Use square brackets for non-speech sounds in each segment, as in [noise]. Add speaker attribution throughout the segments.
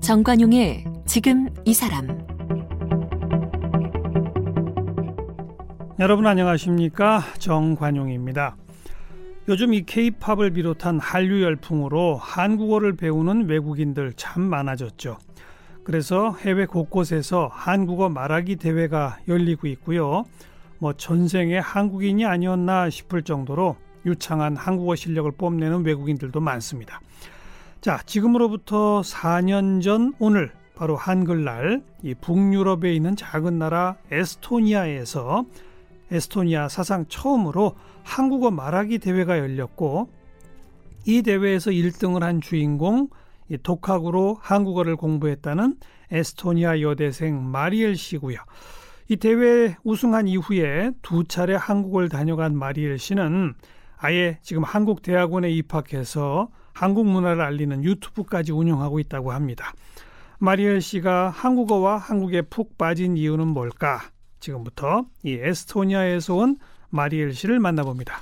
Speaker 1: 정관용의 지금 이 사람
Speaker 2: 여러분 안녕하십니까 정관용입니다. 요즘 이 케이팝을 비롯한 한류 열풍으로 한국어를 배우는 외국인들 참 많아졌죠. 그래서 해외 곳곳에서 한국어 말하기 대회가 열리고 있고요. 뭐 전생에 한국인이 아니었나 싶을 정도로 유창한 한국어 실력을 뽐내는 외국인들도 많습니다. 자, 지금으로부터 4년 전 오늘 바로 한글날 이 북유럽에 있는 작은 나라 에스토니아에서 에스토니아 사상 처음으로 한국어 말하기 대회가 열렸고 이 대회에서 1등을 한 주인공 이 독학으로 한국어를 공부했다는 에스토니아 여대생 마리엘 씨고요. 이 대회 우승한 이후에 두 차례 한국을 다녀간 마리엘 씨는 아예 지금 한국 대학원에 입학해서 한국 문화를 알리는 유튜브까지 운영하고 있다고 합니다. 마리엘 씨가 한국어와 한국에 푹 빠진 이유는 뭘까? 지금부터 이 에스토니아에서 온 마리엘 씨를 만나봅니다.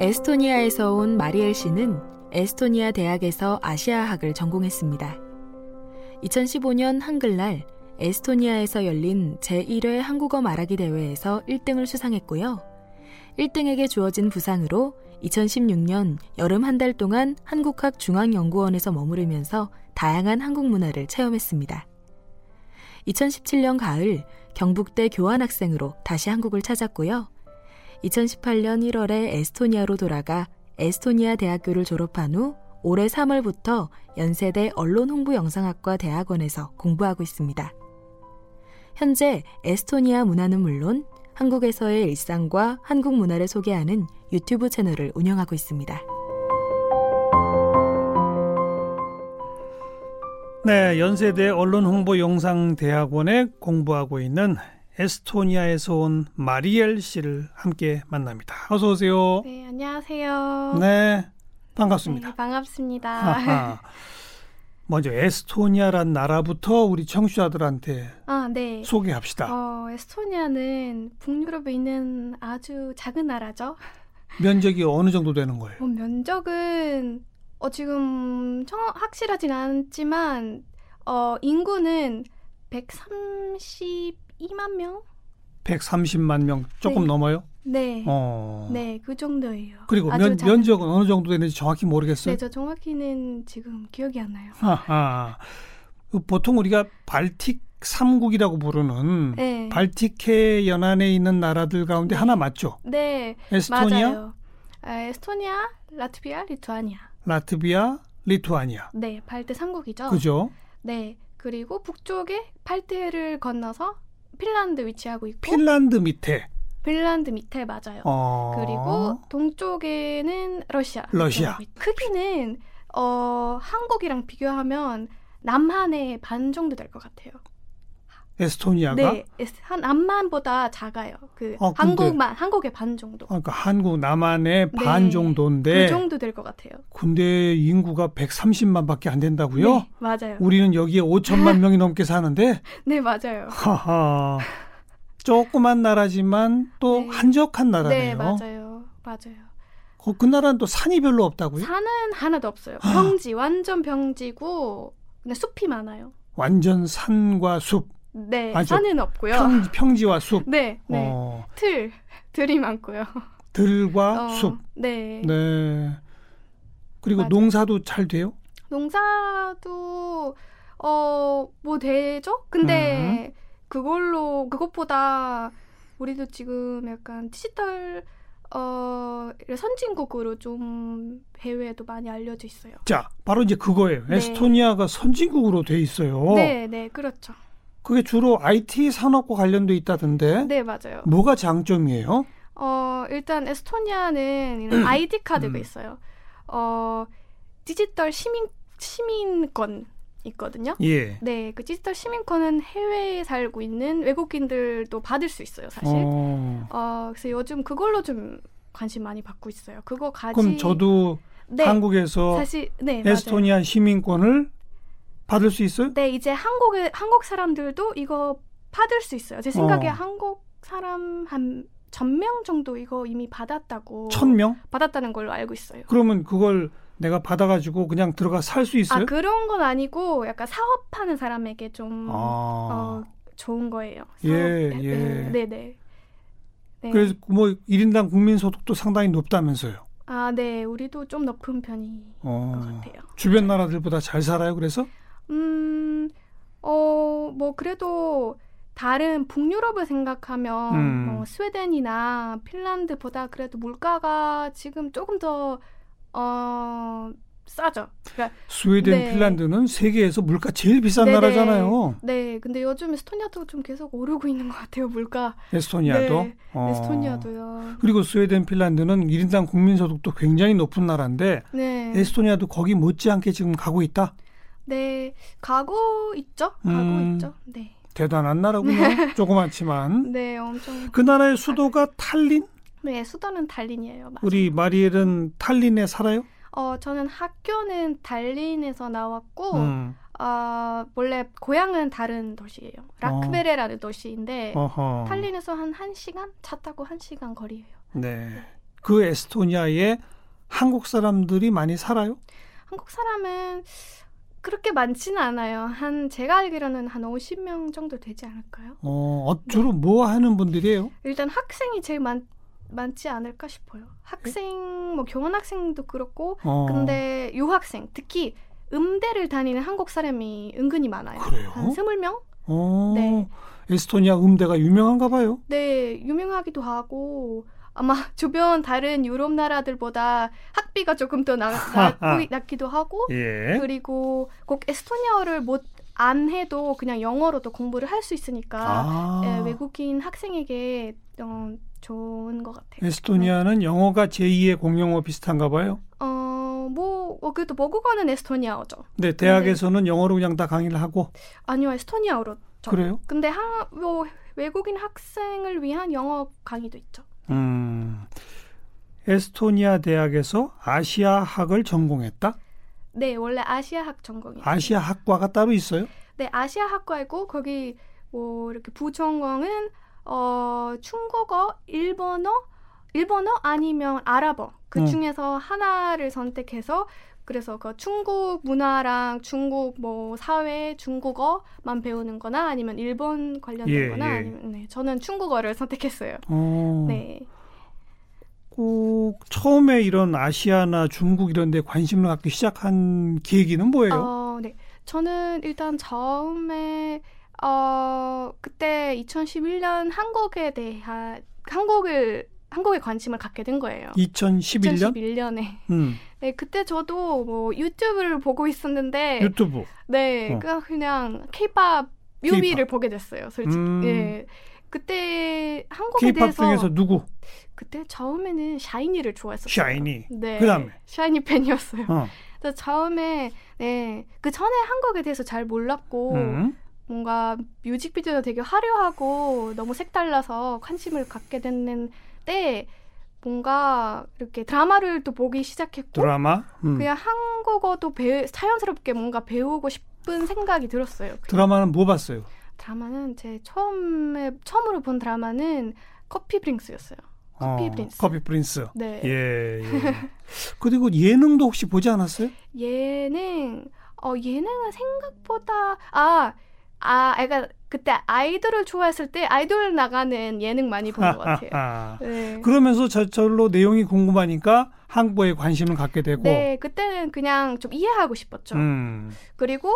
Speaker 3: 에스토니아에서 온 마리엘 씨는 에스토니아 대학에서 아시아학을 전공했습니다. 2015년 한글날 에스토니아에서 열린 제1회 한국어 말하기 대회에서 1등을 수상했고요. 1등에게 주어진 부상으로 2016년 여름 한 달 동안 한국학 중앙연구원에서 머무르면서 다양한 한국 문화를 체험했습니다. 2017년 가을 경북대 교환학생으로 다시 한국을 찾았고요. 2018년 1월에 에스토니아로 돌아가 에스토니아 대학교를 졸업한 후 올해 3월부터 연세대 언론홍보영상학과 대학원에서 공부하고 있습니다. 현재 에스토니아 문화는 물론 한국에서의 일상과 한국 문화를 소개하는 유튜브 채널을 운영하고 있습니다.
Speaker 2: 네, 연세대 언론홍보영상대학원에 공부하고 있는 에스토니아에서 온 마리엘 씨를 함께 만납니다. 어서 오세요.
Speaker 4: 네, 안녕하세요.
Speaker 2: 네, 반갑습니다.
Speaker 4: 네, 반갑습니다.
Speaker 2: 아하. 먼저 에스토니아란 나라부터 우리 청취자들한테
Speaker 4: [laughs] 아, 네.
Speaker 2: 소개합시다.
Speaker 4: 어, 에스토니아는 북유럽에 있는 아주 작은 나라죠.
Speaker 2: 면적이 어느 정도 되는 거예요?
Speaker 4: 어, 면적은 어, 지금 정, 확실하진 않지만 어, 인구는 132만 명?
Speaker 2: 130만 명 조금
Speaker 4: 네.
Speaker 2: 넘어요?
Speaker 4: 네.
Speaker 2: 어.
Speaker 4: 네, 그 정도예요.
Speaker 2: 그리고
Speaker 4: 아주
Speaker 2: 면,
Speaker 4: 작은-
Speaker 2: 면적은 어느 정도 되는지 정확히 모르겠어요. 음,
Speaker 4: 네, 저 정확히는 지금 기억이 안 나요.
Speaker 2: 아하. 그 보통 우리가 발틱 3국이라고 부르는
Speaker 4: 네.
Speaker 2: 발틱해 연안에 있는 나라들 가운데 하나 맞죠?
Speaker 4: 네,
Speaker 2: 에스토니아,
Speaker 4: 맞아요. 아, 에스토니아, 라트비아, 리투아니아.
Speaker 2: 라트비아, 리투아니아.
Speaker 4: 네, 발트 3국이죠.
Speaker 2: 그죠?
Speaker 4: 네, 그리고 북쪽에 팔테를 건너서 핀란드 위치하고 있고
Speaker 2: 핀란드 밑에.
Speaker 4: 핀란드 밑에 맞아요.
Speaker 2: 어.
Speaker 4: 그리고 동쪽에는 러시아.
Speaker 2: 러시아.
Speaker 4: 네, 크기는 어, 한국이랑 비교하면 남한의 반 정도 될 것 같아요.
Speaker 2: 에스토니아가
Speaker 4: 네, 에스- 한 남한보다 작아요. 그
Speaker 2: 아, 근데-
Speaker 4: 한국만 한국의 반 정도.
Speaker 2: 그러니까 한국 남한의
Speaker 4: 네.
Speaker 2: 반 정도인데
Speaker 4: 그 정도 될 것 같아요.
Speaker 2: 근데 인구가 130만밖에 안 된다고요?
Speaker 4: 네, 맞아요.
Speaker 2: 우리는 여기에
Speaker 4: [laughs]
Speaker 2: 5천만 명이 넘게 사는데
Speaker 4: 네, 맞아요.
Speaker 2: 하하 조그만 나라지만 또
Speaker 4: 네.
Speaker 2: 한적한 나라네요.
Speaker 4: 네, 맞아요. 맞아요.
Speaker 2: 어, 그 나라는 또 산이 별로 없다고요?
Speaker 4: 산은 하나도 없어요.
Speaker 2: 아.
Speaker 4: 평지, 완전 평지고 그냥 숲이 많아요.
Speaker 2: 완전 산과 숲,
Speaker 4: 네,
Speaker 2: 아주
Speaker 4: 산은 없고요.
Speaker 2: 평, 평지와 숲,
Speaker 4: 네, [laughs] 네.
Speaker 2: 어,
Speaker 4: 틀, 들이 많고요.
Speaker 2: 들과
Speaker 4: 어,
Speaker 2: 아, 숲.
Speaker 4: 네.
Speaker 2: 네. 그리고
Speaker 4: 맞아요.
Speaker 2: 농사도 잘 돼요?
Speaker 4: 농사도 어 뭐 되죠? 근데
Speaker 2: 음.
Speaker 4: 그걸로 그것보다 우리도 지금 약간 디지털 어 선진국으로 좀 해외에도 많이 알려져 있어요.
Speaker 2: 자, 바로 이제 그거예요.
Speaker 4: 네.
Speaker 2: 에스토니아가 선진국으로 돼 있어요.
Speaker 4: 네, 네, 그렇죠.
Speaker 2: 그게 주로 IT 산업과 관련돼 있다던데
Speaker 4: 네, 맞아요.
Speaker 2: 뭐가 장점이에요?
Speaker 4: 어, 일단 에스토니아는 이런 아이디 카드가
Speaker 2: 음.
Speaker 4: 있어요. 어, 디지털 시민 시민권 있거든요.
Speaker 2: 예.
Speaker 4: 네, 그 디지털 시민권은 해외에 살고 있는 외국인들도 받을 수 있어요, 사실. 어,
Speaker 2: 어,
Speaker 4: 그래서 요즘 그걸로 좀 관심 많이 받고 있어요. 그거 가지
Speaker 2: 그럼 저도
Speaker 4: 네,
Speaker 2: 한국에서
Speaker 4: 사실 네,
Speaker 2: 에스토니아 시민권을 받을 수 있어요?
Speaker 4: 네, 이제 한국의 한국 사람들도 이거 받을 수 있어요. 제 생각에
Speaker 2: 어.
Speaker 4: 한국 사람 한 천 명 정도 이거 이미 받았다고
Speaker 2: 천 명?
Speaker 4: 받았다는 걸로 알고 있어요.
Speaker 2: 그러면 그걸 내가 받아가지고 그냥 들어가 살 수 있어요?
Speaker 4: 아 그런 건 아니고 약간 사업하는 사람에게 좀
Speaker 2: 아.
Speaker 4: 어, 좋은 거예요.
Speaker 2: 예,
Speaker 4: 사업-
Speaker 2: 예.
Speaker 4: 네, 네, 네. 네.
Speaker 2: 그래서 뭐 1인당 국민소득도 상당히 높다면서요.
Speaker 4: 아, 네, 우리도 좀 높은 편인 것
Speaker 2: 어.
Speaker 4: 같아요. 네.
Speaker 2: 주변 나라들보다 잘 살아요. 그래서
Speaker 4: 음, 어, 뭐 그래도 다른 북유럽을 생각하면
Speaker 2: 음.
Speaker 4: 뭐 스웨덴이나 핀란드보다 그래도 물가가 지금 조금 더 어, 싸죠. 그러니까
Speaker 2: 스웨덴,
Speaker 4: 네.
Speaker 2: 핀란드는 세계에서 물가 제일 비싼
Speaker 4: 네네.
Speaker 2: 나라잖아요.
Speaker 4: 네, 근데 요즘 에스토니아도 좀 계속 오르고 있는 것 같아요, 물가.
Speaker 2: 에스토니아도.
Speaker 4: 네,
Speaker 2: 어.
Speaker 4: 에스토니아도요.
Speaker 2: 그리고 스웨덴, 핀란드는 1인당 국민소득도 굉장히 높은 나라인데
Speaker 4: 네.
Speaker 2: 에스토니아도 거기 못지않게 지금 가고 있다.
Speaker 4: 네, 가고 있죠? 가고
Speaker 2: 음.
Speaker 4: 있죠? 네.
Speaker 2: 대단한 나라군요. [laughs] 조그맣지만.
Speaker 4: 네, 엄청.
Speaker 2: 그 나라의
Speaker 4: 아.
Speaker 2: 수도가 탈린?
Speaker 4: 네, 수도는 달린이에요. 맞아요.
Speaker 2: 우리 마리엘은 탈린에 살아요?
Speaker 4: 어, 저는 학교는 달린에서 나왔고,
Speaker 2: 음.
Speaker 4: 어, 원래 고향은 다른 도시예요. 라크베레라는 도시인데,
Speaker 2: 어. 어허.
Speaker 4: 네. 탈린에서 한 1시간? 차 타고 1시간 거리예요.
Speaker 2: 네. 그 에스토니아에 한국 사람들이 많이 살아요?
Speaker 4: 한국 사람은 그렇게 많지는 않아요. 한, 제가 알기로는 한 50명 정도 되지 않을까요?
Speaker 2: 어, 어, 주로
Speaker 4: 네.
Speaker 2: 뭐 하는 분들이에요?
Speaker 4: 일단 학생이 제일 많, 많지 않을까 싶어요. 학생, 뭐 교환학생도 그렇고,
Speaker 2: 어,
Speaker 4: 근데 유학생, 특히 음대를 다니는 한국 사람이 은근히 많아요.
Speaker 2: 그래요?
Speaker 4: 한 20명?
Speaker 2: 어,
Speaker 4: 네.
Speaker 2: 에스토니아 음대가 유명한가 봐요.
Speaker 4: 네, 유명하기도 하고 아마 [laughs] 주변 다른 유럽 나라들보다 학비가 조금 더 나,
Speaker 2: [laughs]
Speaker 4: 나, 낮기도 하고
Speaker 2: 예.
Speaker 4: 그리고 꼭 에스토니아어를 못 안 해도 그냥 영어로도 공부를 할 수 있으니까
Speaker 2: 아.
Speaker 4: 예, 외국인 학생에게 어, 좋은 것 같아요.
Speaker 2: 에스토니아는 영어가 제2의 공용어 비슷한가 봐요.
Speaker 4: 어, 뭐 어, 그래도 모국어는 에스토니아어죠.
Speaker 2: 네, 대학에서는 영어로 그냥 다 강의를 하고
Speaker 4: 아니요, 에스토니아어로. 죠
Speaker 2: 그래요?
Speaker 4: 근데 한, 뭐, 외국인 학생을 위한 영어 강의도 있죠.
Speaker 2: 음. 에스토니아 대학에서 아시아학을 전공했다?
Speaker 4: 네, 원래 아시아학 전공이에요.
Speaker 2: 아시아 학과가 따로 있어요?
Speaker 4: 네, 아시아 학과이고 거기 뭐 이렇게 부전공은 어 중국어, 일본어, 일본어 아니면 아랍어
Speaker 2: 음.
Speaker 4: 그 중에서 하나를 선택해서 그래서 그 중국 문화랑 중국 뭐 사회 중국어만 배우는거나 아니면 일본 관련된거나
Speaker 2: 예, 예.
Speaker 4: 아니면 네, 저는 중국어를 선택했어요.
Speaker 2: 어.
Speaker 4: 네,
Speaker 2: 꼭 처음에 이런 아시아나 중국 이런 데 관심을 갖기 시작한 계기는 뭐예요?
Speaker 4: 어, 네, 저는 일단 처음에 어 그때 2011년 한국에 대한 한국을 한국에 관심을 갖게 된 거예요.
Speaker 2: 2011년?
Speaker 4: 2011년에.
Speaker 2: 음,
Speaker 4: 네, 그때 저도 뭐 유튜브를 보고 있었는데,
Speaker 2: 유튜브.
Speaker 4: 네,
Speaker 2: 어.
Speaker 4: 그냥 그냥 케이팝 뮤비를 보게 됐어요, 솔직히.
Speaker 2: 음.
Speaker 4: 예. 그때 한국에
Speaker 2: 케이팝
Speaker 4: 대해서
Speaker 2: 중에서 누구?
Speaker 4: 그때 처음에는 샤이니를 좋아했었어요.
Speaker 2: 샤이니.
Speaker 4: 네.
Speaker 2: 그다음에?
Speaker 4: 샤이니 팬이었어요.
Speaker 2: 어.
Speaker 4: 그래서 처음에 네, 그 전에 한국에 대해서 잘 몰랐고
Speaker 2: 음.
Speaker 4: 뭔가 뮤직비디오도 되게 화려하고 너무 색달라서 관심을 갖게 됐는데 뭔가 이렇게 드라마를 또 보기 시작했고
Speaker 2: 드라마. 음.
Speaker 4: 그냥 한국어도 배 자연스럽게 뭔가 배우고 싶은 생각이 들었어요. 그
Speaker 2: 드라마는 뭐 봤어요?
Speaker 4: 드라마는 제 처음에 처음으로 본 드라마는 커피 프린스였어요. 커피 프린스.
Speaker 2: 커피 프린스.
Speaker 4: 네.
Speaker 2: 예. 예. 그리고 예능도 혹시 보지 않았어요?
Speaker 4: 예능 어 예능은 생각보다 아아 아, 그러니까 그때 아이돌을 좋아했을 때 아이돌 나가는 예능 많이 본 것 같아요.
Speaker 2: [laughs] 아, 아.
Speaker 4: 네.
Speaker 2: 그러면서 저절로 내용이 궁금하니까 한국어에 관심을 갖게 되고.
Speaker 4: 네, 그때는 그냥 좀 이해하고 싶었죠.
Speaker 2: 음.
Speaker 4: 그리고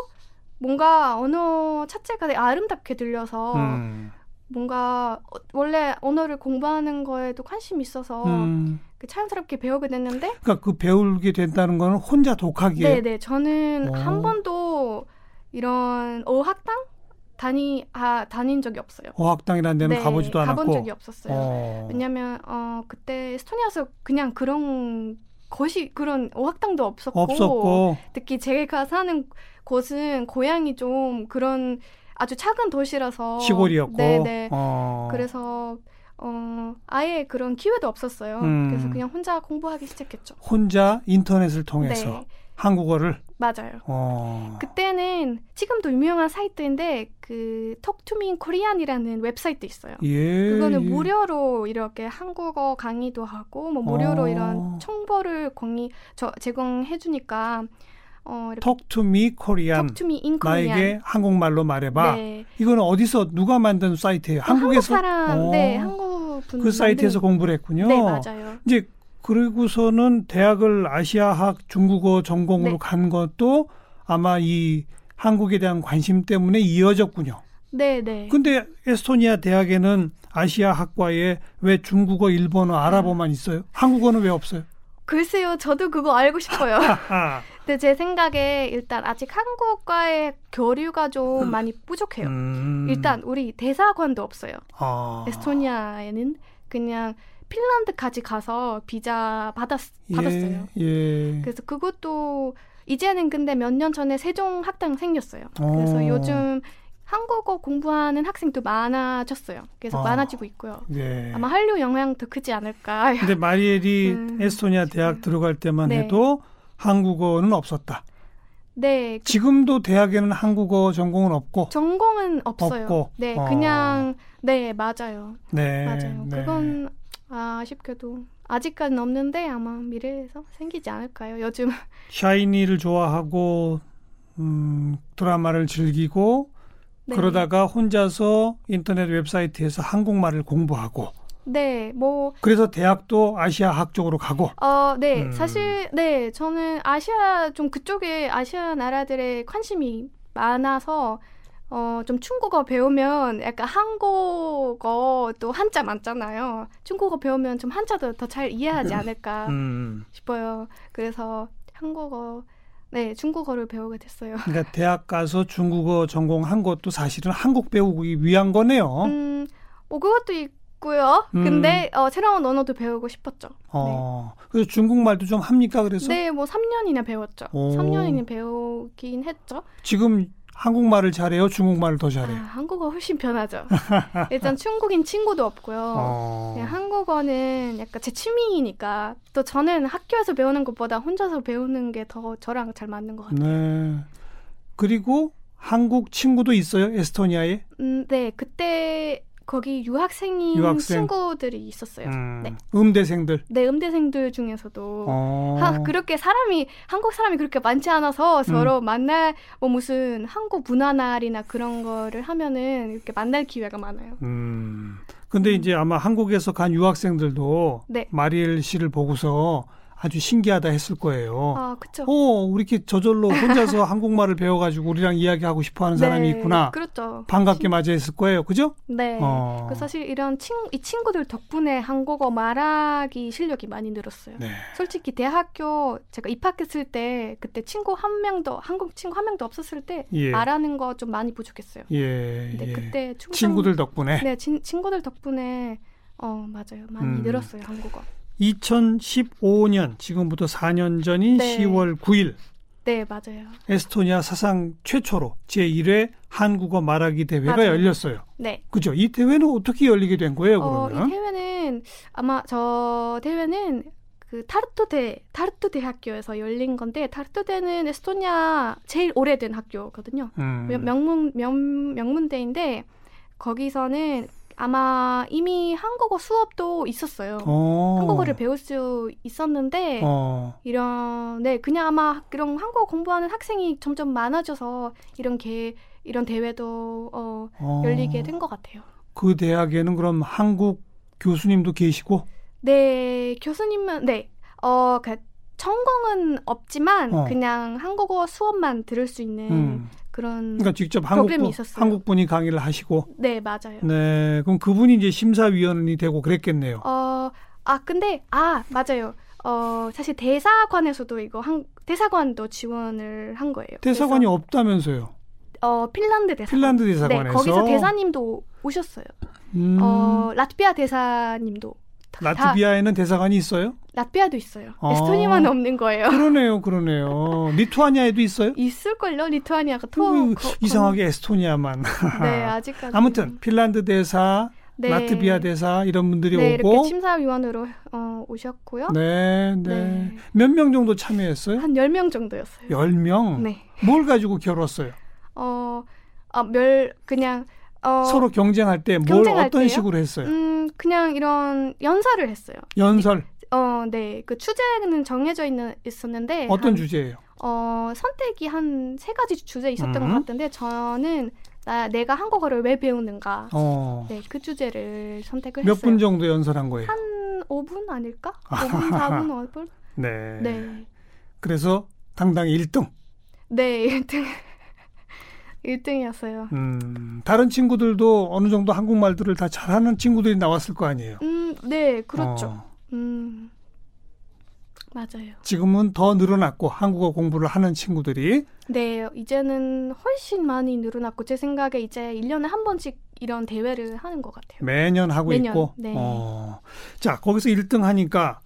Speaker 4: 뭔가 언어 자체가 되게 아름답게 들려서
Speaker 2: 음.
Speaker 4: 뭔가 어- 원래 언어를 공부하는 거에도 관심이 있어서
Speaker 2: 음.
Speaker 4: 그 자연스럽게 배우게 됐는데
Speaker 2: 그러니까 그 배우게 된다는 거는 혼자 독학이에요.
Speaker 4: 네, 네. 저는
Speaker 2: 오.
Speaker 4: 한 번도 이런 어학당 다니 아, 다닌 적이 없어요.
Speaker 2: 어학당이라는 데는
Speaker 4: 네,
Speaker 2: 가보지도 않았고.
Speaker 4: 가본 적이 없었어요.
Speaker 2: 어.
Speaker 4: 왜냐면 어 그때 에스토니아에서 그냥 그런 것이 그런 어학당도 없었고,
Speaker 2: 없었고.
Speaker 4: 특히 제가 사는 곳은 고향이 좀 그런 아주 작은 도시라서
Speaker 2: 시골이었고.
Speaker 4: 네, 네.
Speaker 2: 어.
Speaker 4: 그래서 어 아예 그런 기회도 없었어요.
Speaker 2: 음.
Speaker 4: 그래서 그냥 혼자 공부하기 시작했죠.
Speaker 2: 혼자 인터넷을 통해서
Speaker 4: 네.
Speaker 2: 한국어를.
Speaker 4: 맞아요.
Speaker 2: 어.
Speaker 4: 그때는 지금도 유명한 사이트인데 그 톡투민 코리안이라는 웹사이트 있어요.
Speaker 2: 예.
Speaker 4: 그거는
Speaker 2: 예.
Speaker 4: 무료로 이렇게 한국어 강의도 하고 뭐 무료로
Speaker 2: 어.
Speaker 4: 이런 정보를 공이 저 제공해 주니까 어 이렇게
Speaker 2: Talk to me Korean.
Speaker 4: 톡투미 인 코리안
Speaker 2: 나에게 한국말로 말해봐.
Speaker 4: 네. 어,
Speaker 2: 이거는 어디서 누가 만든 사이트예요?
Speaker 4: 한국
Speaker 2: 한국에서
Speaker 4: 사람
Speaker 2: 어.
Speaker 4: 네 한국 분
Speaker 2: 그 사이트에서 공부를 했군요.
Speaker 4: 네 맞아요.
Speaker 2: 이제 그리고서는 대학을 아시아학 중국어 전공으로
Speaker 4: 네.
Speaker 2: 간 것도 아마 이 한국에 대한 관심 때문에 이어졌군요.
Speaker 4: 네 네.
Speaker 2: 근데 에스토니아 대학에는 아시아 학과에 왜 중국어, 일본어, 아랍어만 있어요? 한국어는 왜 없어요?
Speaker 4: 글쎄요 저도 그거 알고
Speaker 2: [laughs]
Speaker 4: 싶어요.
Speaker 2: 하하.
Speaker 4: 근데 제 생각에 일단 아직 한국과의 교류가 좀 많이 부족해요.
Speaker 2: 음.
Speaker 4: 일단 우리 대사관도 없어요.
Speaker 2: 아.
Speaker 4: 에스토니아에는 그냥 핀란드까지 가서 비자 받았,
Speaker 2: 예,
Speaker 4: 받았어요.
Speaker 2: 예.
Speaker 4: 그래서 그것도 이제는 근데 몇 년 전에 세종 학당 생겼어요. 그래서
Speaker 2: 어.
Speaker 4: 요즘 한국어 공부하는 학생도 많아졌어요. 그래서
Speaker 2: 아.
Speaker 4: 많아지고 있고요.
Speaker 2: 네.
Speaker 4: 아마 한류 영향 더 크지 않을까. [laughs]
Speaker 2: 근데 마리엘이
Speaker 4: 음,
Speaker 2: 에스토니아 대학 들어갈 때만
Speaker 4: 네.
Speaker 2: 해도 한국어는 없었다.
Speaker 4: 네,
Speaker 2: 지금도 대학에는 한국어 전공은 없고.
Speaker 4: 전공은 없어요.
Speaker 2: 없고.
Speaker 4: 네,
Speaker 2: 어.
Speaker 4: 그냥 네 맞아요,
Speaker 2: 네.
Speaker 4: 맞아요.
Speaker 2: 네.
Speaker 4: 그건 아쉽게도 아직까지는 없는데 아마 미래에서 생기지 않을까요? 요즘 [laughs]
Speaker 2: 샤이니를 좋아하고 음, 드라마를 즐기고
Speaker 4: 네.
Speaker 2: 그러다가 혼자서 인터넷 웹사이트에서 한국말을 공부하고
Speaker 4: 네, 뭐,
Speaker 2: 그래서 대학도 아시아학 쪽으로 가고
Speaker 4: 어, 네,
Speaker 2: 음.
Speaker 4: 사실, 네, 저는 아시아, 좀 그쪽에 아시아 나라들의 관심이 많아서, 어, 좀 중국어 배우면 약간 한국어 또 한자 많잖아요. 중국어 배우면 좀 한자도 더 잘 이해하지 않을까
Speaker 2: 음,
Speaker 4: 싶어요. 그래서 한국어, 네, 중국어를 배우게 됐어요.
Speaker 2: 그러니까 대학 가서 중국어 전공한 것도 사실은 한국 배우기 위한 거네요.
Speaker 4: 음, 뭐, 그것도 있고요.
Speaker 2: 어? 음.
Speaker 4: 근데, 어, 새로운 언어도 배우고 싶었죠.
Speaker 2: 어, 그래서 중국말도 좀 합니까? 그래서
Speaker 4: 네, 뭐, 3년이나 배웠죠.
Speaker 2: 오.
Speaker 4: 3년이나 배우긴 했죠.
Speaker 2: 지금 한국말을 잘해요? 중국말을 더
Speaker 4: 아,
Speaker 2: 잘해요?
Speaker 4: 한국어
Speaker 2: [laughs]
Speaker 4: 훨씬 편하죠. 일단 중국인 친구도 없고요.
Speaker 2: 어.
Speaker 4: 그냥 한국어는 약간 제 취미이니까 또 저는 학교에서 배우는 것보다 혼자서 배우는 게 더 저랑 잘 맞는 것 같아요.
Speaker 2: 네. 그리고 한국 친구도 있어요? 에스토니아에?
Speaker 4: 음, 네, 그때 거기 유학생인
Speaker 2: 유학생.
Speaker 4: 친구들이 있었어요. 네.
Speaker 2: 음. 대생들
Speaker 4: 네, 음대생들 중에서도
Speaker 2: 어.
Speaker 4: 하, 아, 그렇게 사람이 한국 사람이 그렇게 많지 않아서
Speaker 2: 음.
Speaker 4: 서로 만날 뭐 무슨 한국 문화 날이나 그런 거를 하면은 이렇게 만날 기회가 많아요.
Speaker 2: 음. 근데 이제 아마 한국에서 간 유학생들도
Speaker 4: 네.
Speaker 2: 마리엘 씨를 보고서 아주 신기하다 했을 거예요.
Speaker 4: 아, 그쵸.
Speaker 2: 어, 우리 이렇게 저절로
Speaker 4: [laughs]
Speaker 2: 혼자서 한국말을 배워가지고 우리랑 이야기하고 싶어 하는 사람이 있구나.
Speaker 4: 네, 그렇죠.
Speaker 2: 반갑게 맞이했을 거예요. 그죠?
Speaker 4: 네.
Speaker 2: 어.
Speaker 4: 그 사실 이런 친, 이 친구들 덕분에 한국어 말하기 실력이 많이 늘었어요.
Speaker 2: 네.
Speaker 4: 솔직히 대학교 제가 입학했을 때 그때 친구 한 명도 한국 친구 한 명도 없었을 때
Speaker 2: 예.
Speaker 4: 말하는 거 좀 많이 부족했어요.
Speaker 2: 예.
Speaker 4: 근데
Speaker 2: 예.
Speaker 4: 그때 충성-
Speaker 2: 친구들 덕분에
Speaker 4: 네 친, 친구들 덕분에 어 맞아요 많이
Speaker 2: 음.
Speaker 4: 늘었어요 한국어.
Speaker 2: 2015년 지금부터 4년 전인
Speaker 4: 네.
Speaker 2: 10월 9일
Speaker 4: 네 맞아요.
Speaker 2: 에스토니아 사상 최초로 제1회 한국어 말하기 대회가
Speaker 4: 맞아요.
Speaker 2: 열렸어요.
Speaker 4: 네.
Speaker 2: 그죠? 이 대회는 어떻게 열리게 된 거예요,
Speaker 4: 어,
Speaker 2: 그러면?
Speaker 4: 이 대회는 아마 저 대회는 그 타르토 대 타르토 대학교에서 열린 건데 타르토 대는 에스토니아 제일 오래된 학교거든요.
Speaker 2: 음.
Speaker 4: 명- 명문 명, 명문대인데 거기서는 아마 이미 한국어 수업도 있었어요.
Speaker 2: 어.
Speaker 4: 한국어를 배울 수 있었는데
Speaker 2: 어.
Speaker 4: 이런 네 그냥 아마 그런 한국어 공부하는 학생이 점점 많아져서 이런 게 이런 대회도 어,
Speaker 2: 어.
Speaker 4: 열리게 된 것 같아요.
Speaker 2: 그 대학에는 그럼 한국 교수님도 계시고
Speaker 4: 네, 교수님은 네. 어, 그 전공은 없지만
Speaker 2: 어.
Speaker 4: 그냥 한국어 수업만 들을 수 있는
Speaker 2: 음.
Speaker 4: 그런
Speaker 2: 그러니까 직접 한국
Speaker 4: 프로그램이
Speaker 2: 분,
Speaker 4: 있었어요.
Speaker 2: 한국 분이 강의를 하시고
Speaker 4: 네, 맞아요.
Speaker 2: 네. 그럼 그분이 이제 심사위원이 되고 그랬겠네요.
Speaker 4: 어, 아, 근데 아, 맞아요. 어, 사실 대사관에서도 이거 한 대사관도 지원을 한 거예요.
Speaker 2: 대사관이
Speaker 4: 그래서,
Speaker 2: 없다면서요.
Speaker 4: 어, 핀란드 대사
Speaker 2: 핀란드 대사관에서
Speaker 4: 네, 거기서 대사님도 오셨어요.
Speaker 2: 음,
Speaker 4: 어, 라트비아 대사님도 다- 다
Speaker 2: 라트비아에는 대사관이 있어요?
Speaker 4: 라트비아도 있어요.
Speaker 2: 아.
Speaker 4: 에스토니아만 없는 거예요. [laughs]
Speaker 2: 그러네요, 그러네요. 리투아니아에도 있어요?
Speaker 4: 있을걸요? 리투아니아가 토
Speaker 2: 그
Speaker 4: 거-
Speaker 2: [laughs] 이상하게 에스토니아만.
Speaker 4: 네, 아직까지.
Speaker 2: 아무튼 핀란드 대사
Speaker 4: 네.
Speaker 2: 라트비아 대사 이런 분들이
Speaker 4: 네, 이렇게
Speaker 2: 오고
Speaker 4: 심사위원으로 어, 오셨고요.
Speaker 2: 네, 네. 몇 명 정도 참여했어요?
Speaker 4: 한 10명 정도였어요.
Speaker 2: 열명
Speaker 4: 네.
Speaker 2: 뭘 가지고 겨뤘어요?
Speaker 4: 어, 아, 멸, 그냥, 어,
Speaker 2: 서로 경쟁할 때 뭘
Speaker 4: 경쟁할
Speaker 2: 어떤
Speaker 4: 때요?
Speaker 2: 식으로 했어요?
Speaker 4: 음, 그냥 이런 연사를 했어요.
Speaker 2: 연설
Speaker 4: 어, 네. 그 주제는 정해져 있는, 있었는데.
Speaker 2: 어떤
Speaker 4: 네, 한,
Speaker 2: 주제예요?
Speaker 4: 어, 선택이 한 세 가지 주제 있었던
Speaker 2: 음.
Speaker 4: 것 같은데, 저는 나, 내가 한국어를 왜 배우는가.
Speaker 2: 어.
Speaker 4: 네, 그 주제를 선택을
Speaker 2: 몇
Speaker 4: 네, 했어요.
Speaker 2: 분 정도 연설한 거예요?
Speaker 4: 한 5분 아닐까?
Speaker 2: [laughs]
Speaker 4: 5분, 4분, 5분?
Speaker 2: 네.
Speaker 4: 네.
Speaker 2: 그래서 당당히 1등.
Speaker 4: 네, 1등. [laughs] 1등이었어요.
Speaker 2: 음, 다른 친구들도 어느 정도 한국말들을 다 잘하는 친구들이 나왔을 거 아니에요?
Speaker 4: 음, 네, 그렇죠.
Speaker 2: 어,
Speaker 4: 음, 맞아요.
Speaker 2: 지금은 더 늘어났고 한국어 공부를 하는 친구들이
Speaker 4: 네, 이제는 훨씬 많이 늘어났고 제 생각에 이제 1년에 한 번씩 이런 대회를 하는 것 같아요.
Speaker 2: 매년 하고
Speaker 4: 매년,
Speaker 2: 있고.
Speaker 4: 네.
Speaker 2: 어. 자, 거기서 1등 하니까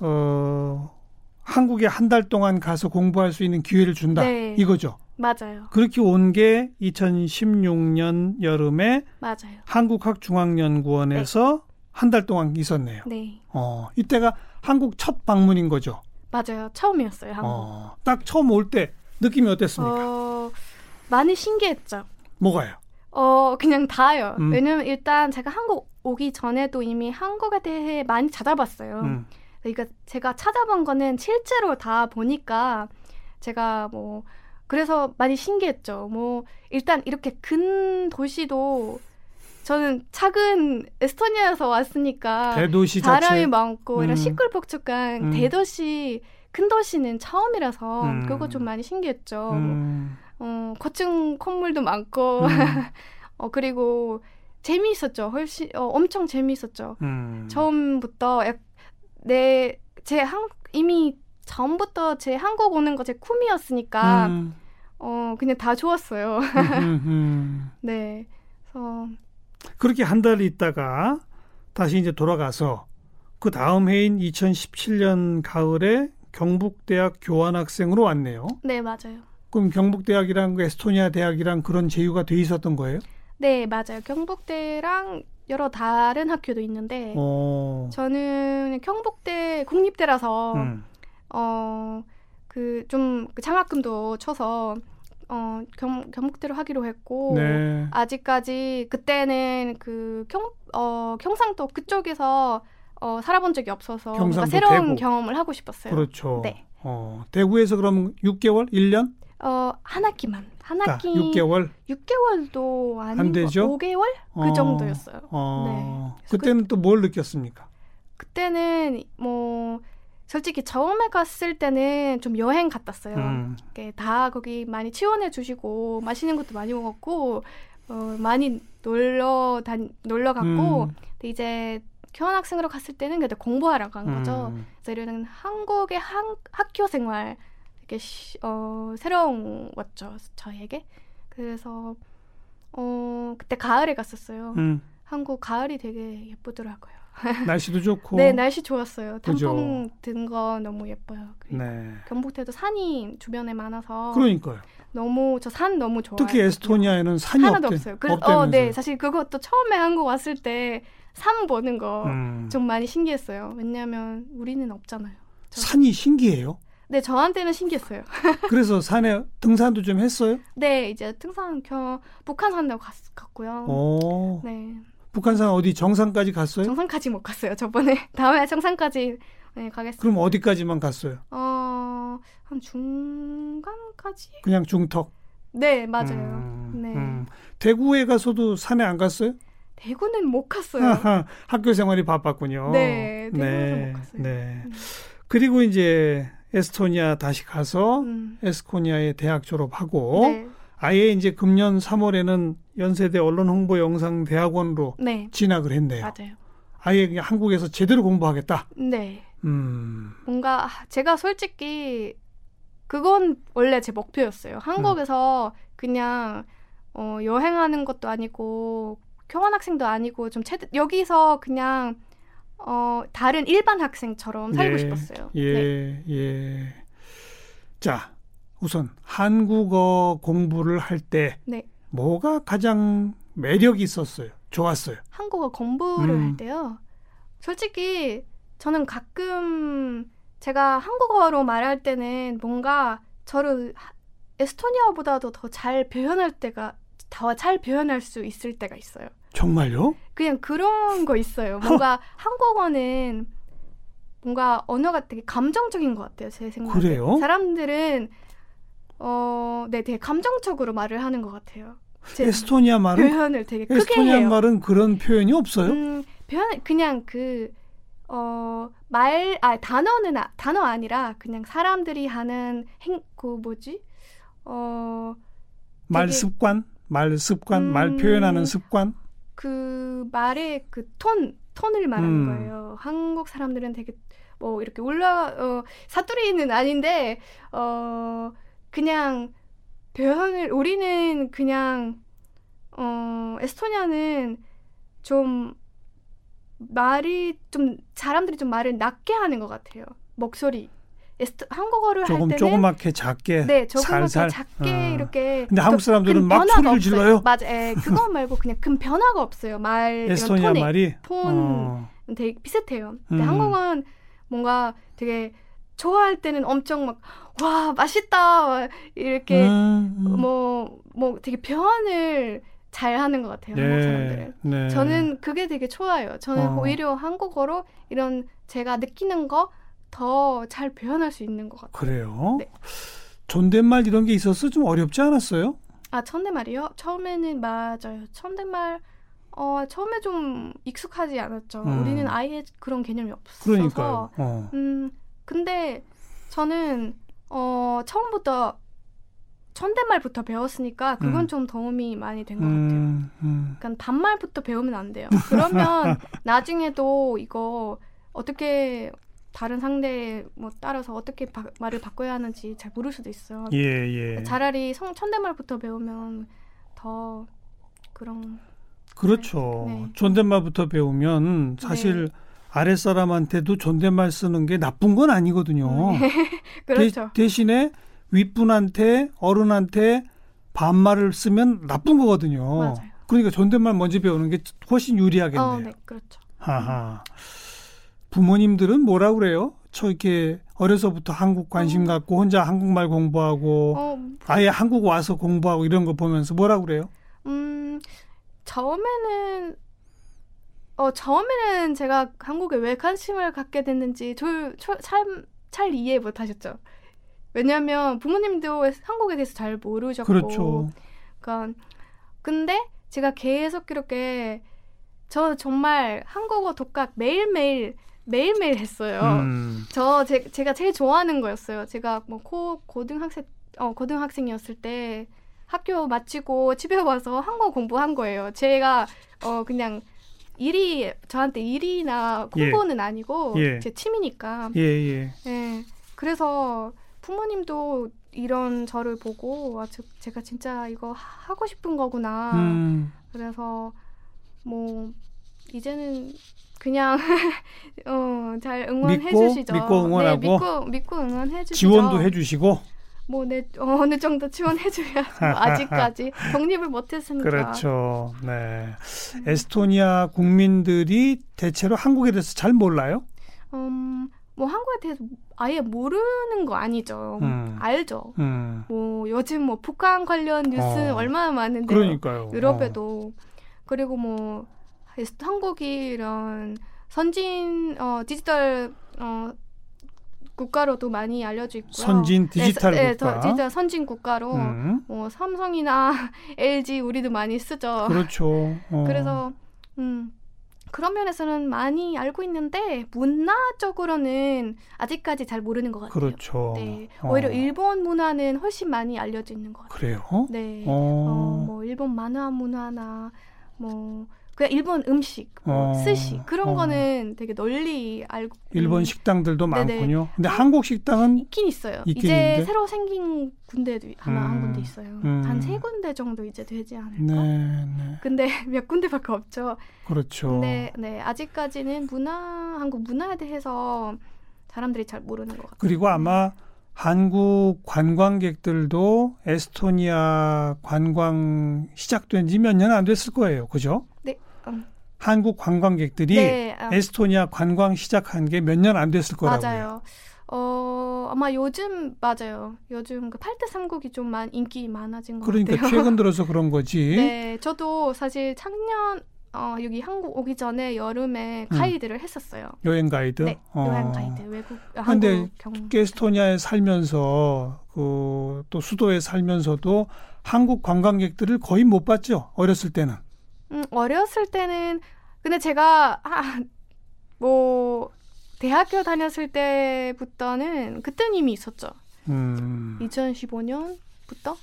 Speaker 2: 어, 한국에 한 달 동안 가서 공부할 수 있는 기회를 준다.
Speaker 4: 네.
Speaker 2: 이거죠.
Speaker 4: 맞아요.
Speaker 2: 그렇게 온 게 2016년 여름에
Speaker 4: 맞아요.
Speaker 2: 한국학중앙연구원에서 한 달 동안 있었네요.
Speaker 4: 네.
Speaker 2: 어, 이때가 한국 첫 방문인 거죠.
Speaker 4: 맞아요. 처음이었어요, 한국.
Speaker 2: 어, 딱 처음 올 때 느낌이 어땠습니까?
Speaker 4: 어, 많이 신기했죠.
Speaker 2: 뭐가요?
Speaker 4: 어, 그냥 다요.
Speaker 2: 음.
Speaker 4: 왜냐면 일단 제가 한국 오기 전에도 이미 한국에 대해 많이 찾아봤어요.
Speaker 2: 음.
Speaker 4: 그러니까 제가 찾아본 거는 실제로 다 보니까 제가 뭐 그래서 많이 신기했죠. 뭐 일단 이렇게 큰 도시도 저는 작은 에스토니아에서 왔으니까 뭐.
Speaker 2: 대도시
Speaker 4: 사람이
Speaker 2: 자체.
Speaker 4: 많고
Speaker 2: 음.
Speaker 4: 이런 시끌벅적한
Speaker 2: 음.
Speaker 4: 대도시 큰 도시는 처음이라서
Speaker 2: 음.
Speaker 4: 그거 좀 많이 신기했죠. 뭐,
Speaker 2: 음,
Speaker 4: 어, 고층 건물도 많고
Speaker 2: 음,
Speaker 4: [laughs] 어, 그리고 재미있었죠. 훨씬 어, 엄청 재미있었죠.
Speaker 2: 음.
Speaker 4: 처음부터 약- 내, 제 한, 이미 전부터 제 한국 오는 거 제 꿈이었으니까,
Speaker 2: 음,
Speaker 4: 어, 그냥 다 좋았어요. [laughs]
Speaker 2: 음, 음.
Speaker 4: 네. 그래서,
Speaker 2: 그렇게 한 달 있다가 다시 이제 돌아가서 그 다음 해인 2017년 가을에 경북대학 교환학생으로 왔네요.
Speaker 4: 네, 맞아요.
Speaker 2: 그럼 경북대학이랑 그 에스토니아 대학이랑 그런 제휴가 돼 있었던 거예요?
Speaker 4: 네, 맞아요. 경북대랑 여러 다른 학교도 있는데,
Speaker 2: 어.
Speaker 4: 저는 그냥 경북대, 국립대라서,
Speaker 2: 음.
Speaker 4: 어, 그, 좀, 그 장학금도 쳐서, 어, 경, 경북대로 하기로 했고,
Speaker 2: 네.
Speaker 4: 아직까지 그때는 그 경, 어, 경상도 그쪽에서 어, 살아본 적이 없어서 뭔가
Speaker 2: 경상도,
Speaker 4: 새로운
Speaker 2: 대구.
Speaker 4: 경험을 하고 싶었어요.
Speaker 2: 그렇죠.
Speaker 4: 네.
Speaker 2: 어, 대구에서 그럼 6개월, 1년?
Speaker 4: 어, 한 학기만. 한
Speaker 2: 아,
Speaker 4: 학기
Speaker 2: 6개월.
Speaker 4: 도 아닌
Speaker 2: 안 되죠?
Speaker 4: 거, 5개월 그
Speaker 2: 어,
Speaker 4: 정도였어요.
Speaker 2: 어.
Speaker 4: 네. 그래서
Speaker 2: 그때는 또 뭘 느꼈습니까?
Speaker 4: 그때는 뭐 솔직히 처음에 갔을 때는 좀 여행 같았어요.
Speaker 2: 음.
Speaker 4: 이렇게 다 거기 많이 치원해 주시고 맛있는 것도 많이 먹었고 어, 많이 놀러 다 놀러 갔고
Speaker 2: 음,
Speaker 4: 근데 이제 교환학생으로 갔을 때는 그때 공부하러 간 거죠.
Speaker 2: 음.
Speaker 4: 그래서 이런 한국의 한, 학교 생활 이렇게 시- 어, 새로웠죠 저에게. 그래서 어, 그때 가을에 갔었어요.
Speaker 2: 음.
Speaker 4: 한국 가을이 되게 예쁘더라고요.
Speaker 2: 날씨도 좋고.
Speaker 4: 네 날씨 좋았어요.
Speaker 2: 그죠.
Speaker 4: 단풍 든 거 너무 예뻐요. 그리고
Speaker 2: 네.
Speaker 4: 경북대도 산이 주변에 많아서
Speaker 2: 그러니까요.
Speaker 4: 너무 저 산 너무 좋아요.
Speaker 2: 특히 에스토니아에는 산이
Speaker 4: 어, 하나도
Speaker 2: 없대,
Speaker 4: 없어요. 그래,
Speaker 2: 없다면서요.
Speaker 4: 어, 네, 사실 그것도 처음에 한국 왔을 때 산 보는 거
Speaker 2: 음.
Speaker 4: 좀 많이 신기했어요. 왜냐하면 우리는 없잖아요. 저-
Speaker 2: 산이 신기해요.
Speaker 4: 네, 저한테는 신기했어요. [laughs]
Speaker 2: 그래서 산에 등산도 좀 했어요.
Speaker 4: 네, 이제 등산 겨 북한산도 갔, 갔고요.
Speaker 2: 어. 오.
Speaker 4: 네,
Speaker 2: 북한산 어디 정상까지 갔어요?
Speaker 4: 어. 정상까지 못 갔어요. 저번에 [laughs] 다음에 정상까지 네, 가겠습니다.
Speaker 2: 그럼 어디까지만 갔어요?
Speaker 4: 어, 한 중간까지?
Speaker 2: 그냥 중턱.
Speaker 4: 네, 맞아요.
Speaker 2: 음,
Speaker 4: 네.
Speaker 2: 음. 대구에 가서도 산에 안 갔어요?
Speaker 4: 대구는
Speaker 2: [laughs]
Speaker 4: 못 갔어요.
Speaker 2: 아하, 학교 생활이 바빴군요.
Speaker 4: 네, 대구에서 못 갔어요.
Speaker 2: 네.
Speaker 4: 음.
Speaker 2: 그리고 이제 에스토니아 다시 가서
Speaker 4: 음.
Speaker 2: 에스코니아에 대학 졸업하고
Speaker 4: 네,
Speaker 2: 아예 이제 금년 3월에는 연세대 언론홍보영상대학원으로
Speaker 4: 네,
Speaker 2: 진학을 했네요.
Speaker 4: 맞아요.
Speaker 2: 아예 그냥 한국에서 제대로 공부하겠다.
Speaker 4: 네.
Speaker 2: 음,
Speaker 4: 뭔가 제가 솔직히 그건 원래 제 목표였어요. 한국에서 그냥 어, 여행하는 것도 아니고 교환학생도 아니고 좀 채, 여기서 그냥 어, 다른 일반 학생처럼 살고
Speaker 2: 예,
Speaker 4: 싶었어요. 네.
Speaker 2: 예, 예. 자, 우선 한국어 공부를 할 때
Speaker 4: 네.
Speaker 2: 뭐가 가장 매력이 있었어요? 좋았어요.
Speaker 4: 한국어 공부를
Speaker 2: 음.
Speaker 4: 할 때요. 솔직히 저는 가끔 제가 한국어로 말할 때는 뭔가 저를 하- 에스토니아보다도 더 잘 표현할 때가 더 잘 표현할 수 있을 때가 있어요.
Speaker 2: 정말요?
Speaker 4: 그냥 그런 거 있어요.
Speaker 2: [laughs]
Speaker 4: 뭔가 한국어는 뭔가 언어가 되게 감정적인 것 같아요. 제 생각에.
Speaker 2: 그래요?
Speaker 4: 사람들은 어, 네, 되게 감정적으로 말을 하는 것 같아요. 제
Speaker 2: 에스토니아 말은 그
Speaker 4: 표현을 되게 그, 크게
Speaker 2: 에스토니아
Speaker 4: 해요.
Speaker 2: 말은 그런 표현이 없어요?
Speaker 4: 음, 표현 그냥 그 어, 말, 아, 단어는, 아- 단어 아니라 그냥 사람들이 하는 행, 그 뭐지? 어,
Speaker 2: 말
Speaker 4: 되게-
Speaker 2: 습관, 말 습관,
Speaker 4: 음.
Speaker 2: 말 표현하는 습관.
Speaker 4: 그 말의 그 톤, 톤을 말하는
Speaker 2: 음.
Speaker 4: 거예요. 한국 사람들은 되게 뭐 이렇게 올라, 어, 사투리는 아닌데, 어, 그냥 표현을, 우리는 그냥, 어, 에스토니아는 좀 말이 좀 사람들이 좀 말을 낮게 하는 것 같아요. 목소리. 에스토, 한국어를 할
Speaker 2: 조금
Speaker 4: 때는
Speaker 2: 조그맣게 작게
Speaker 4: 네, 조금 더
Speaker 2: 살살.
Speaker 4: 작게
Speaker 2: 어.
Speaker 4: 이렇게.
Speaker 2: 근데 한국
Speaker 4: 그-
Speaker 2: 사람들은
Speaker 4: 큰
Speaker 2: 막
Speaker 4: 변화가
Speaker 2: 소리를
Speaker 4: 없어요.
Speaker 2: 질러요.
Speaker 4: 맞아, 예, 그거 말고 그냥 큰 변화가 없어요. 말 이런
Speaker 2: 에스토니아
Speaker 4: 톤에
Speaker 2: 말이
Speaker 4: 톤
Speaker 2: 어,
Speaker 4: 되게 비슷해요. 근데
Speaker 2: 음.
Speaker 4: 한국은 뭔가 되게 좋아할 때는 엄청 막 와 맛있다 이렇게
Speaker 2: 음, 음.
Speaker 4: 뭐 뭐 되게 표현을 잘 하는 것 같아요. 한국 사람들은.
Speaker 2: 네.
Speaker 4: 저는 그게 되게 좋아요. 저는
Speaker 2: 어.
Speaker 4: 오히려 한국어로 이런 제가 느끼는 거 더 잘 표현할 수 있는 것 같아요.
Speaker 2: 그래요.
Speaker 4: 네.
Speaker 2: 존댓말 이런 게 있어서 좀 어렵지 않았어요?
Speaker 4: 아, 천대말이요? 처음에는 맞아요. 천대말 어, 처음에 좀 익숙하지 않았죠.
Speaker 2: 음.
Speaker 4: 우리는 아예 그런 개념이 없어서.
Speaker 2: 그러니까요. 어.
Speaker 4: 음, 근데 저는 어, 처음부터 천대말부터 배웠으니까 그건
Speaker 2: 음.
Speaker 4: 좀 도움이 많이 된 것 같아요.
Speaker 2: 음, 음.
Speaker 4: 그러니까 반말부터 배우면 안 돼요.
Speaker 2: [laughs]
Speaker 4: 그러면 나중에도 이거 어떻게 다른 상대에 뭐 따라서 어떻게 바- 말을 바꿔야 하는지 잘 모를 수도 있어요.
Speaker 2: 예, 예.
Speaker 4: 차라리 성 천대말부터 배우면 더 그런
Speaker 2: 그렇죠.
Speaker 4: 네.
Speaker 2: 존댓말부터 배우면 사실 아랫사람한테도 존댓말 쓰는 게 나쁜 건 아니거든요.
Speaker 4: 음, 네, 그렇죠.
Speaker 2: 대, 신에 윗분한테 어른한테 반말을 쓰면 나쁜 거거든요.
Speaker 4: 맞아요.
Speaker 2: 그러니까 존댓말 먼저 배우는 게 훨씬 유리하겠네요.
Speaker 4: 어, 네, 그렇죠.
Speaker 2: 하하. 부모님들은 뭐라 그래요? 저 이렇게 어려서부터 한국 관심
Speaker 4: 어.
Speaker 2: 갖고 혼자 한국말 공부하고
Speaker 4: 어,
Speaker 2: 아예 한국 와서 공부하고 이런 거 보면서 뭐라 그래요?
Speaker 4: 음, 처음에는 어 처음에는 제가 한국에 왜 관심을 갖게 됐는지 잘잘 이해 못하셨죠. 왜냐하면 부모님도 한국에 대해서 잘 모르셨고,
Speaker 2: 그렇죠.
Speaker 4: 그러니까 근데 제가 계속 이렇게 저 정말 한국어 독학 매일매일 매일매일 했어요.
Speaker 2: 음.
Speaker 4: 저 제, 제가 제일 좋아하는 거였어요. 제가 뭐 코 고등학생 어 고등학생이었을 때 학교 마치고 집에 와서 한국어 공부한 거예요. 제가 어 그냥 일이 저한테 일이나
Speaker 2: 예.
Speaker 4: 공부는 아니고
Speaker 2: 예.
Speaker 4: 제 취미니까.
Speaker 2: 예, 예.
Speaker 4: 예. 그래서 부모님도 이런 저를 보고 와, 저- 제가 진짜 이거 하- 하고 싶은 거구나.
Speaker 2: 음.
Speaker 4: 그래서 뭐 이제는 그냥 [laughs] 어잘 응원해
Speaker 2: 믿고,
Speaker 4: 주시죠.
Speaker 2: 믿고 응원하고.
Speaker 4: 네, 믿고 믿고 응원해 주시죠.
Speaker 2: 지원도 해주시고
Speaker 4: 뭐네 어느 정도 지원해 줘야
Speaker 2: [laughs]
Speaker 4: 아직까지 독립을 못 했으니까.
Speaker 2: 그렇죠. 네.
Speaker 4: 음.
Speaker 2: 에스토니아 국민들이 대체로 한국에 대해서 잘 몰라요.
Speaker 4: 음, 뭐 한국에 대해서 아예 모르는 거 아니죠.
Speaker 2: 음.
Speaker 4: 알죠.
Speaker 2: 음.
Speaker 4: 뭐 요즘 뭐 북한 관련 뉴스
Speaker 2: 어.
Speaker 4: 얼마나 많은데
Speaker 2: 그러니까요. 어.
Speaker 4: 유럽에도 그리고 뭐 에스- 한국이 이런 선진 어, 디지털 어, 국가로도 많이 알려져 있고요.
Speaker 2: 어. 선진
Speaker 4: 네,
Speaker 2: 디지털
Speaker 4: 서- 네,
Speaker 2: 국가.
Speaker 4: 더- 디지털 선진 국가로
Speaker 2: 음.
Speaker 4: 뭐 삼성이나 [laughs] LG 우리도 많이 쓰죠.
Speaker 2: 그렇죠. 어.
Speaker 4: 래서음 그런 면에서는 많이 알고 있는데 문화적으로는 아직까지 잘 모르는 것 같아요.
Speaker 2: 그렇죠.
Speaker 4: 네,
Speaker 2: 어.
Speaker 4: 오히려 일본 문화는 훨씬 많이 알려져 있는 것 같아요.
Speaker 2: 그래요.
Speaker 4: 네.
Speaker 2: 어.
Speaker 4: 어, 뭐 일본 만화 문화나 뭐 그냥 일본 음식,
Speaker 2: 어,
Speaker 4: 뭐 스시 그런
Speaker 2: 어.
Speaker 4: 거는 되게 널리 알고
Speaker 2: 일본
Speaker 4: 음,
Speaker 2: 식당들도
Speaker 4: 네네. 어.
Speaker 2: 많군요. 근데 한국 식당은
Speaker 4: 있긴 있어요.
Speaker 2: 있긴
Speaker 4: 이제
Speaker 2: 있는데?
Speaker 4: 새로 생긴 군데도 아마
Speaker 2: 음,
Speaker 4: 한 군데 있어요.
Speaker 2: 음.
Speaker 4: 한 세 군데 정도 이제 되지 않을까.
Speaker 2: 네, 네.
Speaker 4: 근데 [laughs] 몇 군데밖에 없죠.
Speaker 2: 그렇죠.
Speaker 4: 근데 네 아직까지는 문화 한국 문화에 대해서 사람들이 잘 모르는 것 같아요.
Speaker 2: 그리고 아마 한국 관광객들도 에스토니아 관광 시작된 지 몇 년 안 됐을 거예요. 그죠?
Speaker 4: 어,
Speaker 2: 한국 관광객들이
Speaker 4: 네, 아,
Speaker 2: 에스토니아 관광 시작한 게 몇 년 안 됐을 거라고요.
Speaker 4: 맞아요. 어, 아마 요즘 맞아요. 요즘 그 8대 삼국이 좀 많, 인기 많아진 것
Speaker 2: 그러니까
Speaker 4: 같아요.
Speaker 2: 최근 들어서 그런 거지.
Speaker 4: 네, 저도 사실 작년 어, 여기 한국 오기 전에 여름에
Speaker 2: 음.
Speaker 4: 가이드를 했었어요.
Speaker 2: 여행 가이드.
Speaker 4: 네,
Speaker 2: 어.
Speaker 4: 여행 가이드 외국 한국
Speaker 2: 근데
Speaker 4: 경.
Speaker 2: 에스토니아에 살면서 그 또 수도에 살면서도 한국 관광객들을 거의 못 봤죠. 어렸을 때는.
Speaker 4: 음, 어렸을 때는 근데 제가 아, 뭐 대학교 다녔을 때부터는 그땐 이미 있었죠.
Speaker 2: 음.
Speaker 4: 2015년부터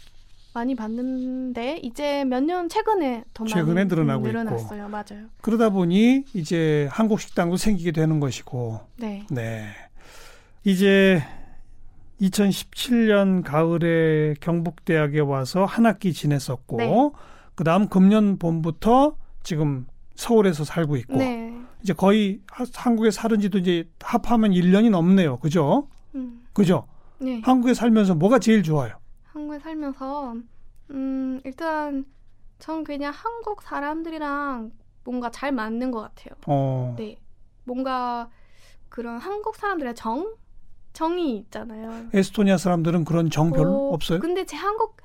Speaker 4: 많이 봤는데 이제 몇 년 최근에 더 많이
Speaker 2: 최근에 늘어나고
Speaker 4: 음, 늘어났어요. 맞아요.
Speaker 2: 그러다 보니 이제 한국 식당도 생기게 되는 것이고.
Speaker 4: 네.
Speaker 2: 네. 이제 2017년 가을에 경북대학에 와서 한 학기 지냈었고
Speaker 4: 네.
Speaker 2: 그다음 금년 봄부터 지금 서울에서 살고 있고
Speaker 4: 네.
Speaker 2: 이제 거의 하- 한국에 살은 지도 이제 합하면 1년이 넘네요. 그죠?
Speaker 4: 음,
Speaker 2: 그죠?
Speaker 4: 네.
Speaker 2: 한국에 살면서 뭐가 제일 좋아요?
Speaker 4: 한국에 살면서 음, 일단 전 그냥 한국 사람들이랑 뭔가 잘 맞는 것 같아요.
Speaker 2: 어.
Speaker 4: 네. 뭔가 그런 한국 사람들의 정? 정이 있잖아요.
Speaker 2: 에스토니아 사람들은 그런 정 음, 별로
Speaker 4: 네. 어,
Speaker 2: 없어요?
Speaker 4: 근데 제 한국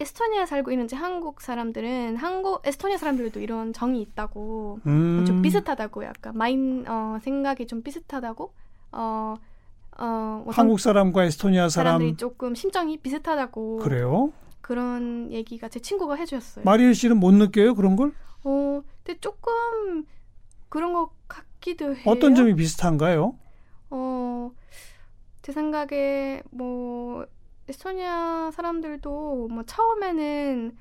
Speaker 4: 에스토니아에 살고 있는 제 한국 사람들은 한국 에스토니아 사람들도 이런 정이 있다고
Speaker 2: 음.
Speaker 4: 좀 비슷하다고 약간 마인 어, 생각이 좀 비슷하다고 어, 어, 어떤
Speaker 2: 한국 사람과 에스토니아
Speaker 4: 사람들이
Speaker 2: 사람
Speaker 4: 조금 심정이 비슷하다고
Speaker 2: 그래요?
Speaker 4: 그런 얘기가 제 친구가 해주셨어요.
Speaker 2: 마리엘 씨는 못 느껴요 그런 걸?
Speaker 4: 어, 근데 조금 그런 것 같기도 해요.
Speaker 2: 어떤 점이 비슷한가요?
Speaker 4: 어, 제 생각에 뭐 에스토니아 사람들도 뭐 처음에는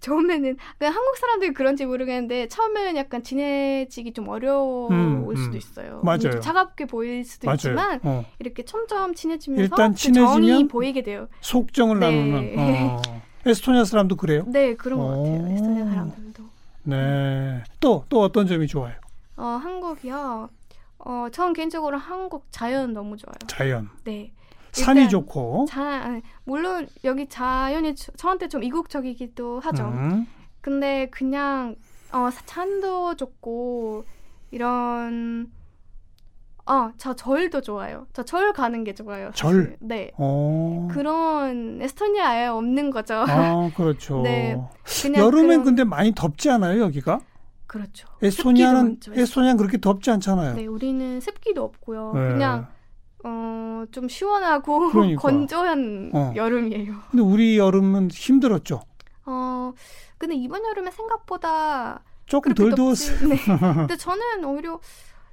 Speaker 4: 처음에는 그냥 한국 사람들이 그런지 모르겠는데 처음에는 약간 지내지기 좀 어려울
Speaker 2: 음, 음.
Speaker 4: 수도 있어요.
Speaker 2: 맞아요.
Speaker 4: 좀 차갑게 보일 수도 있지만
Speaker 2: 어.
Speaker 4: 이렇게 점점 친해지면서
Speaker 2: 일단
Speaker 4: 그 정이
Speaker 2: 친해지면
Speaker 4: 보이게 돼요.
Speaker 2: 속정을
Speaker 4: 네.
Speaker 2: 나누는
Speaker 4: [laughs]
Speaker 2: 어. 에스토니아 사람도 그래요.
Speaker 4: 네 그런 것
Speaker 2: 오.
Speaker 4: 같아요. 에스토니아 사람들도.
Speaker 2: 네.
Speaker 4: 음.
Speaker 2: 또 또 어떤 점이 좋아요?
Speaker 4: 어, 한국이요. 어, 전 개인적으로 한국 자연 너무 좋아요.
Speaker 2: 자연,
Speaker 4: 네.
Speaker 2: 산이
Speaker 4: 일단
Speaker 2: 좋고.
Speaker 4: 자, 아니, 물론 여기 자연이 저- 저한테 좀 이국적이기도 하죠.
Speaker 2: 음.
Speaker 4: 근데 그냥 어, 사- 산도 좋고 이런 어, 저 절도 좋아요. 저 절 가는 게 좋아요. 사실.
Speaker 2: 절?
Speaker 4: 네.
Speaker 2: 어.
Speaker 4: 그런 에스토니아에 없는 거죠.
Speaker 2: 아 그렇죠.
Speaker 4: 네, 그냥
Speaker 2: 여름엔
Speaker 4: 그런-
Speaker 2: 근데 많이 덥지 않아요 여기가?
Speaker 4: 그렇죠.
Speaker 2: 에스토니아는
Speaker 4: 습기도 많죠.
Speaker 2: 에스토니아는 그렇게 덥지 않잖아요.
Speaker 4: 네, 우리는 습기도 없고요.
Speaker 2: 네.
Speaker 4: 그냥 어, 좀 시원하고 [laughs]
Speaker 2: 그러니까.
Speaker 4: 건조한
Speaker 2: 어.
Speaker 4: 여름이에요.
Speaker 2: 근데 우리 여름은 힘들었죠.
Speaker 4: 어, 근데 이번 여름에 생각보다
Speaker 2: 조금 덜
Speaker 4: 그렇게 덥지-
Speaker 2: 더웠어요.
Speaker 4: 네.
Speaker 2: [laughs]
Speaker 4: 근데 저는 오히려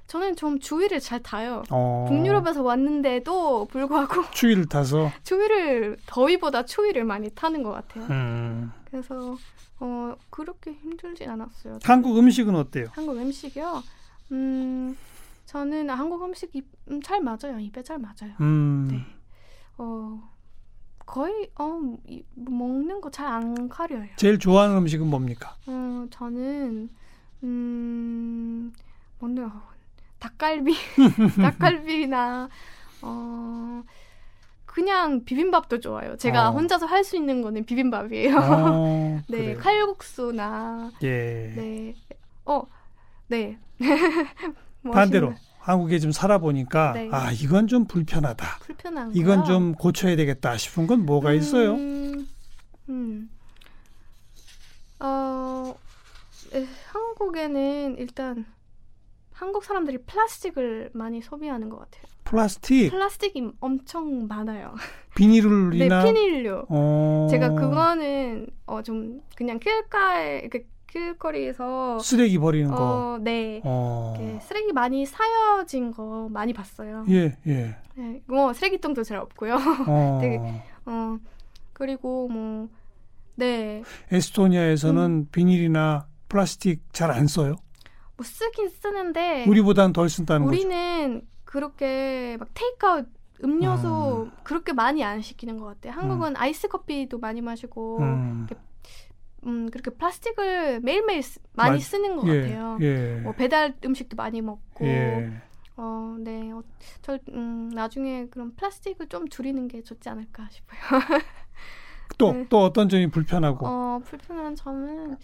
Speaker 4: 저는 좀 주위를 잘 타요.
Speaker 2: 어.
Speaker 4: 북유럽에서 왔는데도 불구하고 [laughs]
Speaker 2: 추위를 타서.
Speaker 4: 주위를 더위보다 추위를 많이 타는 것 같아요.
Speaker 2: 음.
Speaker 4: 그래서 어, 그렇게 힘들진 않았어요.
Speaker 2: 한국 음식은 어때요?
Speaker 4: 한국 음식이요. 음, 저는 한국 음식이 음, 잘 맞아요. 입에 잘 맞아요.
Speaker 2: 음.
Speaker 4: 네. 어, 거의 어, 이- 먹는 거 잘 안 가려요.
Speaker 2: 제일 좋아하는 음식은
Speaker 4: [laughs]
Speaker 2: 뭡니까?
Speaker 4: 어, 저는 음, 뭔데요?
Speaker 2: [laughs]
Speaker 4: 닭갈비, 닭갈비나 어 그냥 비빔밥도 좋아요. 제가
Speaker 2: 어.
Speaker 4: 혼자서 할 수 있는 거는 비빔밥이에요.
Speaker 2: 어,
Speaker 4: [laughs] 네,
Speaker 2: 그래요.
Speaker 4: 칼국수나
Speaker 2: 예.
Speaker 4: 네, 어, 네. [laughs] 뭐
Speaker 2: 반대로
Speaker 4: 하시는-
Speaker 2: 한국에 좀 살아보니까
Speaker 4: 네.
Speaker 2: 아 이건 좀 불편하다.
Speaker 4: 불편한
Speaker 2: 이건
Speaker 4: 거요?
Speaker 2: 좀 고쳐야 되겠다 싶은 건 뭐가 있어요?
Speaker 4: 음, 음. 어, 에, 한국에는 일단 한국 사람들이 플라스틱을 많이 소비하는 것 같아요.
Speaker 2: 플라스틱,
Speaker 4: 플라스틱이 엄청 많아요. 네,
Speaker 2: 비닐이나
Speaker 4: 비닐류.
Speaker 2: 어,
Speaker 4: 제가 그거는 어, 좀 그냥 길가에 이렇게 길거리에서
Speaker 2: 쓰레기 버리는 거.
Speaker 4: 어, 네.
Speaker 2: 어.
Speaker 4: 이렇게 쓰레기 많이 쌓여진 거 많이 봤어요.
Speaker 2: 예, 예.
Speaker 4: 네, 뭐 쓰레기통도 잘 없고요.
Speaker 2: 어.
Speaker 4: [laughs] 되게- 어, 그리고 뭐 네,
Speaker 2: 에스토니아에서는
Speaker 4: 음.
Speaker 2: 비닐이나 플라스틱 잘 안 써요.
Speaker 4: 뭐 쓰긴 쓰는데
Speaker 2: 우리보단 덜 쓴다는 거죠.
Speaker 4: 네. 우리는 그렇게 막 테이크아웃 음료수 그렇게 많이 안 시키는 것 같아요. 한국은 아이스 커피도 많이 마시고 음.
Speaker 2: 음.
Speaker 4: 그렇게 플라스틱을 매일매일 쓰- 많이
Speaker 2: 맞-
Speaker 4: 쓰는 것
Speaker 2: 예,
Speaker 4: 같아요.
Speaker 2: 예.
Speaker 4: 뭐 배달 음식도 많이 먹고
Speaker 2: 예.
Speaker 4: 어, 네. 어, 저 음, 나중에 그런 플라스틱을 좀 줄이는 게 좋지 않을까 싶어요.
Speaker 2: 또,
Speaker 4: 네.
Speaker 2: 또 어떤 점이 불편하고.
Speaker 4: 어, 불편한 점은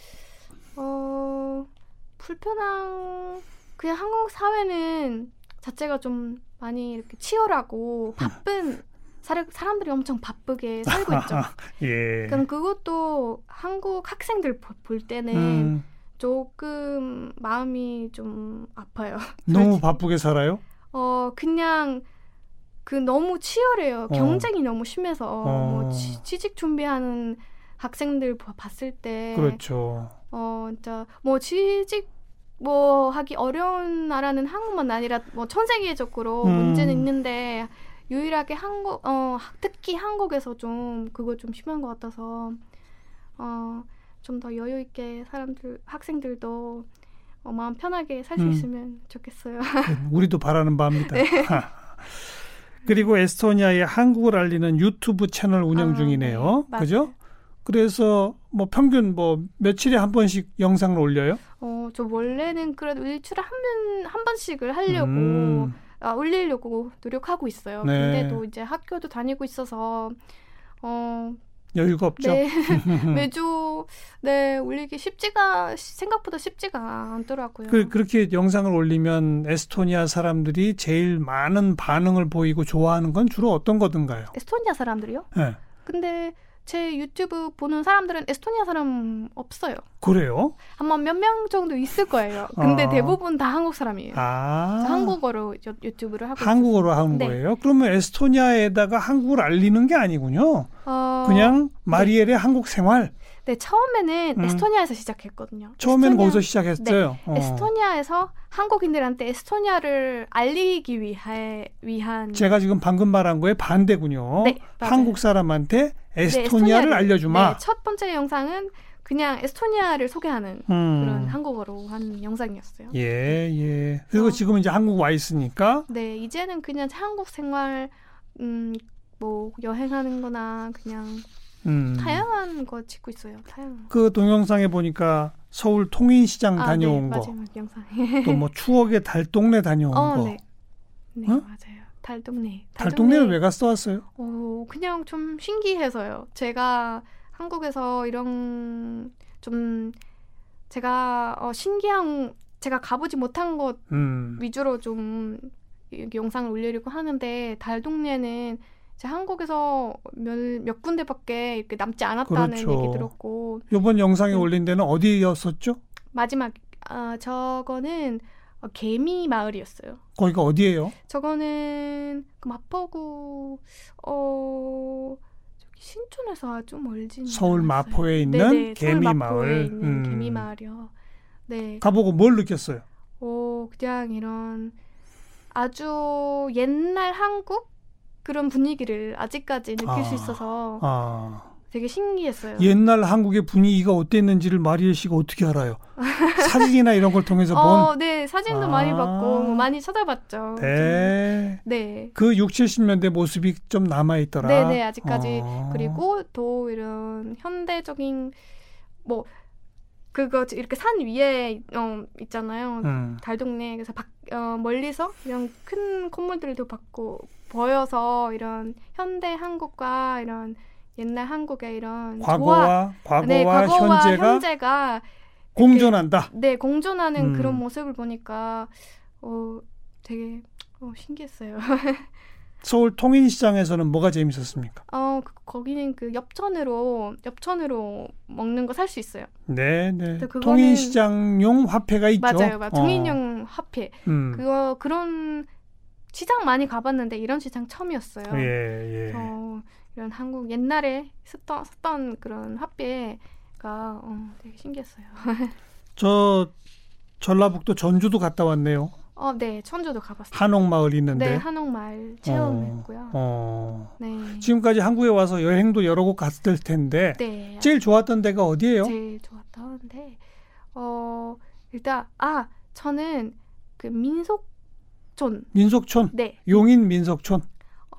Speaker 4: 어, 불편한 그냥 한국 사회는 자체가 좀 많이 이렇게
Speaker 2: 음.
Speaker 4: 치열하고 바쁜 사- 사람들이 엄청 바쁘게
Speaker 2: [laughs]
Speaker 4: 살고 있죠.
Speaker 2: 예.
Speaker 4: 그럼 네. 그것도 한국 학생들 보- 볼 때는
Speaker 2: 음,
Speaker 4: 조금 마음이 좀 아파요.
Speaker 2: 너무 바쁘게 살아요?
Speaker 4: 어 그냥 그 너무 치열해요. 경쟁이 너무 심해서
Speaker 2: 어.
Speaker 4: 뭐 취, 직 준비하는 학생들 봐- 봤을 때 [laughs]
Speaker 2: 그렇죠.
Speaker 4: 어 진짜 뭐 취직 뭐 하기 어려운 나라는 한국만 아니라 뭐전 세계적으로
Speaker 2: 음.
Speaker 4: 문제는 있는데 유일하게 한국 어 특히 한국에서 좀 그거 좀 심한 것 같아서 어 좀 더 여유 있게 사람들 학생들도 어, 마음 편하게 살 수
Speaker 2: 음.
Speaker 4: 있으면 좋겠어요. [laughs]
Speaker 2: 우리도 바라는 바입니다.
Speaker 4: 네.
Speaker 2: [laughs] 그리고 에스토니아의 한국을 알리는 유튜브 채널 운영
Speaker 4: 아,
Speaker 2: 중이네요.
Speaker 4: 네,
Speaker 2: 그죠? 그래서 뭐 평균 뭐 며칠에 한 번씩 영상을 올려요?
Speaker 4: 어, 저 원래는 그래도 일주일에 한, 번- 한 번씩을 하려고,
Speaker 2: 음,
Speaker 4: 아, 올리려고 노력하고 있어요.
Speaker 2: 네.
Speaker 4: 근데도 이제 학교도 다니고 있어서, 어,
Speaker 2: 여유가 없죠.
Speaker 4: 네,
Speaker 2: [laughs]
Speaker 4: 매주, 네, 올리기 쉽지가, 생각보다 쉽지가 않더라고요.
Speaker 2: 그, 그렇게 영상을 올리면 에스토니아 사람들이 제일 많은 반응을 보이고 좋아하는 건 주로 어떤 거든가요?
Speaker 4: 에스토니아 사람들이요?
Speaker 2: 예.
Speaker 4: 근데 제 유튜브 보는 사람들은 에스토니아 사람 없어요.
Speaker 2: 그래요?
Speaker 4: 아마 몇 명 정도 있을 거예요. 근데
Speaker 2: 아.
Speaker 4: 대부분 다 한국 사람이에요.
Speaker 2: 아.
Speaker 4: 그래서 네. 한국어로 유, 유튜브를 하고
Speaker 2: 한국어로 하는
Speaker 4: 네.
Speaker 2: 거예요? 그러면 에스토니아에다가 한국을 알리는 게 아니군요.
Speaker 4: 있어요. 어,
Speaker 2: 그냥 마리엘의 한국 생활.
Speaker 4: 네, 처음에는
Speaker 2: 음.
Speaker 4: 에스토니아에서 시작했거든요.
Speaker 2: 처음에는
Speaker 4: 에스토니아- 네.
Speaker 2: 거기서 시작했어요. 어.
Speaker 4: 에스토니아에서 한국인들한테 에스토니아를 알리기 위해 위한
Speaker 2: 제가 지금 방금 말한 거에 반대군요.
Speaker 4: 네, 맞아요.
Speaker 2: 한국 사람한테
Speaker 4: 네,
Speaker 2: 에스토니아를 알려주마.
Speaker 4: 네, 첫 번째 영상은 그냥 에스토니아를 소개하는
Speaker 2: 음.
Speaker 4: 그런 한국어로 한 영상이었어요.
Speaker 2: 예, 예. 그리고
Speaker 4: 어.
Speaker 2: 지금 이제 한국 와 있으니까
Speaker 4: 네, 이제는 그냥 한국 생활 음, 뭐 여행하는거나 그냥
Speaker 2: 음.
Speaker 4: 다양한 거 찍고 있어요. 다양한.
Speaker 2: 그 동영상에 보니까 서울 통인시장 다녀온
Speaker 4: 네,
Speaker 2: 거,
Speaker 4: 마지막 영상.
Speaker 2: 또 뭐 추억의 달동네 다녀온
Speaker 4: 어,
Speaker 2: 거.
Speaker 4: 네. 네,
Speaker 2: 어?
Speaker 4: 맞아요. 달동네.
Speaker 2: 달동네를 왜 갔어 왔어요?
Speaker 4: 오, 그냥 좀 신기해서요. 제가 한국에서 이런 좀 제가 어, 신기한 제가 가보지 못한 곳
Speaker 2: 음.
Speaker 4: 위주로 좀 이렇게 영상을 올리려고 하는데 달 동네는 제 한국에서 몇, 몇 군데밖에 이렇게 남지 않았다는
Speaker 2: 그렇죠.
Speaker 4: 얘기 들었고
Speaker 2: 요번 영상에
Speaker 4: 음.
Speaker 2: 올린 데는 어디였었죠?
Speaker 4: 마지막 아, 저거는 어, 개미 마을이었어요.
Speaker 2: 거기가
Speaker 4: 음,
Speaker 2: 어디예요?
Speaker 4: 저거는 그 마포구 어 저기 신촌에서 아주 멀진
Speaker 2: 서울
Speaker 4: 않았어요.
Speaker 2: 마포에 있는
Speaker 4: 네, 네네,
Speaker 2: 개미
Speaker 4: 서울
Speaker 2: 마을.
Speaker 4: 마포에 있는
Speaker 2: 음.
Speaker 4: 개미 마을이요. 네.
Speaker 2: 가보고 뭘 느꼈어요?
Speaker 4: 오뭐 그냥 이런 아주 옛날 한국 그런 분위기를 아직까지 느낄
Speaker 2: 아.
Speaker 4: 수 있어서
Speaker 2: 아,
Speaker 4: 되게 신기했어요.
Speaker 2: 옛날 한국의 분위기가 어땠는지를 마리엘 씨가 어떻게 알아요? 사진이나 이런 걸 통해서 본.
Speaker 4: 어, 네 사진도 많이
Speaker 2: 아.
Speaker 4: 봤고 뭐 많이 찾아봤죠. 좀,
Speaker 2: 네.
Speaker 4: 네.
Speaker 2: 그 6, 70년대 모습이 좀 남아 있더라.
Speaker 4: 네, 네, 아직까지.
Speaker 2: 어.
Speaker 4: 그리고 또 이런 현대적인 뭐 그거 이렇게 산 위에 어, 있잖아요.
Speaker 2: 음.
Speaker 4: 달동네 그래서 밖- 어, 멀리서 이런 큰 건물들도 받고 보여서 이런 현대 한국과 이런 옛날 한국의 이런 조화-
Speaker 2: 과거와 과거와,
Speaker 4: 네, 과거와
Speaker 2: 현재가
Speaker 4: 현재가,
Speaker 2: 공존한다.
Speaker 4: 네 공존하는
Speaker 2: 음.
Speaker 4: 그런 모습을 보니까 어, 되게 어, 신기했어요. [laughs]
Speaker 2: 서울 통인시장에서는 뭐가 재밌었습니까?
Speaker 4: 어, 그- 거기는 그 엽천으로 엽천으로 먹는 거 살 수 있어요.
Speaker 2: 네, 네.
Speaker 4: 근데 그거는-
Speaker 2: 통인시장용 화폐가 있죠.
Speaker 4: 맞아요, 맞아요.
Speaker 2: 어.
Speaker 4: 동인형 화폐
Speaker 2: 음.
Speaker 4: 그거 그런 시장 많이 가봤는데 이런 시장 처음이었어요.
Speaker 2: 예, 예.
Speaker 4: 어, 이런 한국 옛날에 썼던, 썼던 그런 화폐가 어, 되게 신기했어요.
Speaker 2: 저 전라북도 전주도 갔다 왔네요.
Speaker 4: 어, 네, 천주도 가봤어요.
Speaker 2: 한옥마을 있는데.
Speaker 4: 네, 한옥마을 체험했고요.
Speaker 2: 어.
Speaker 4: 네,
Speaker 2: 지금까지 한국에 와서 여행도 여러 곳 갔을 텐데
Speaker 4: 네,
Speaker 2: 제일 좋았던 데가 어디예요?
Speaker 4: 제일 좋았던데 어, 일단 아 저는 그 민속촌
Speaker 2: 민속촌.
Speaker 4: 네,
Speaker 2: 용인 민속촌.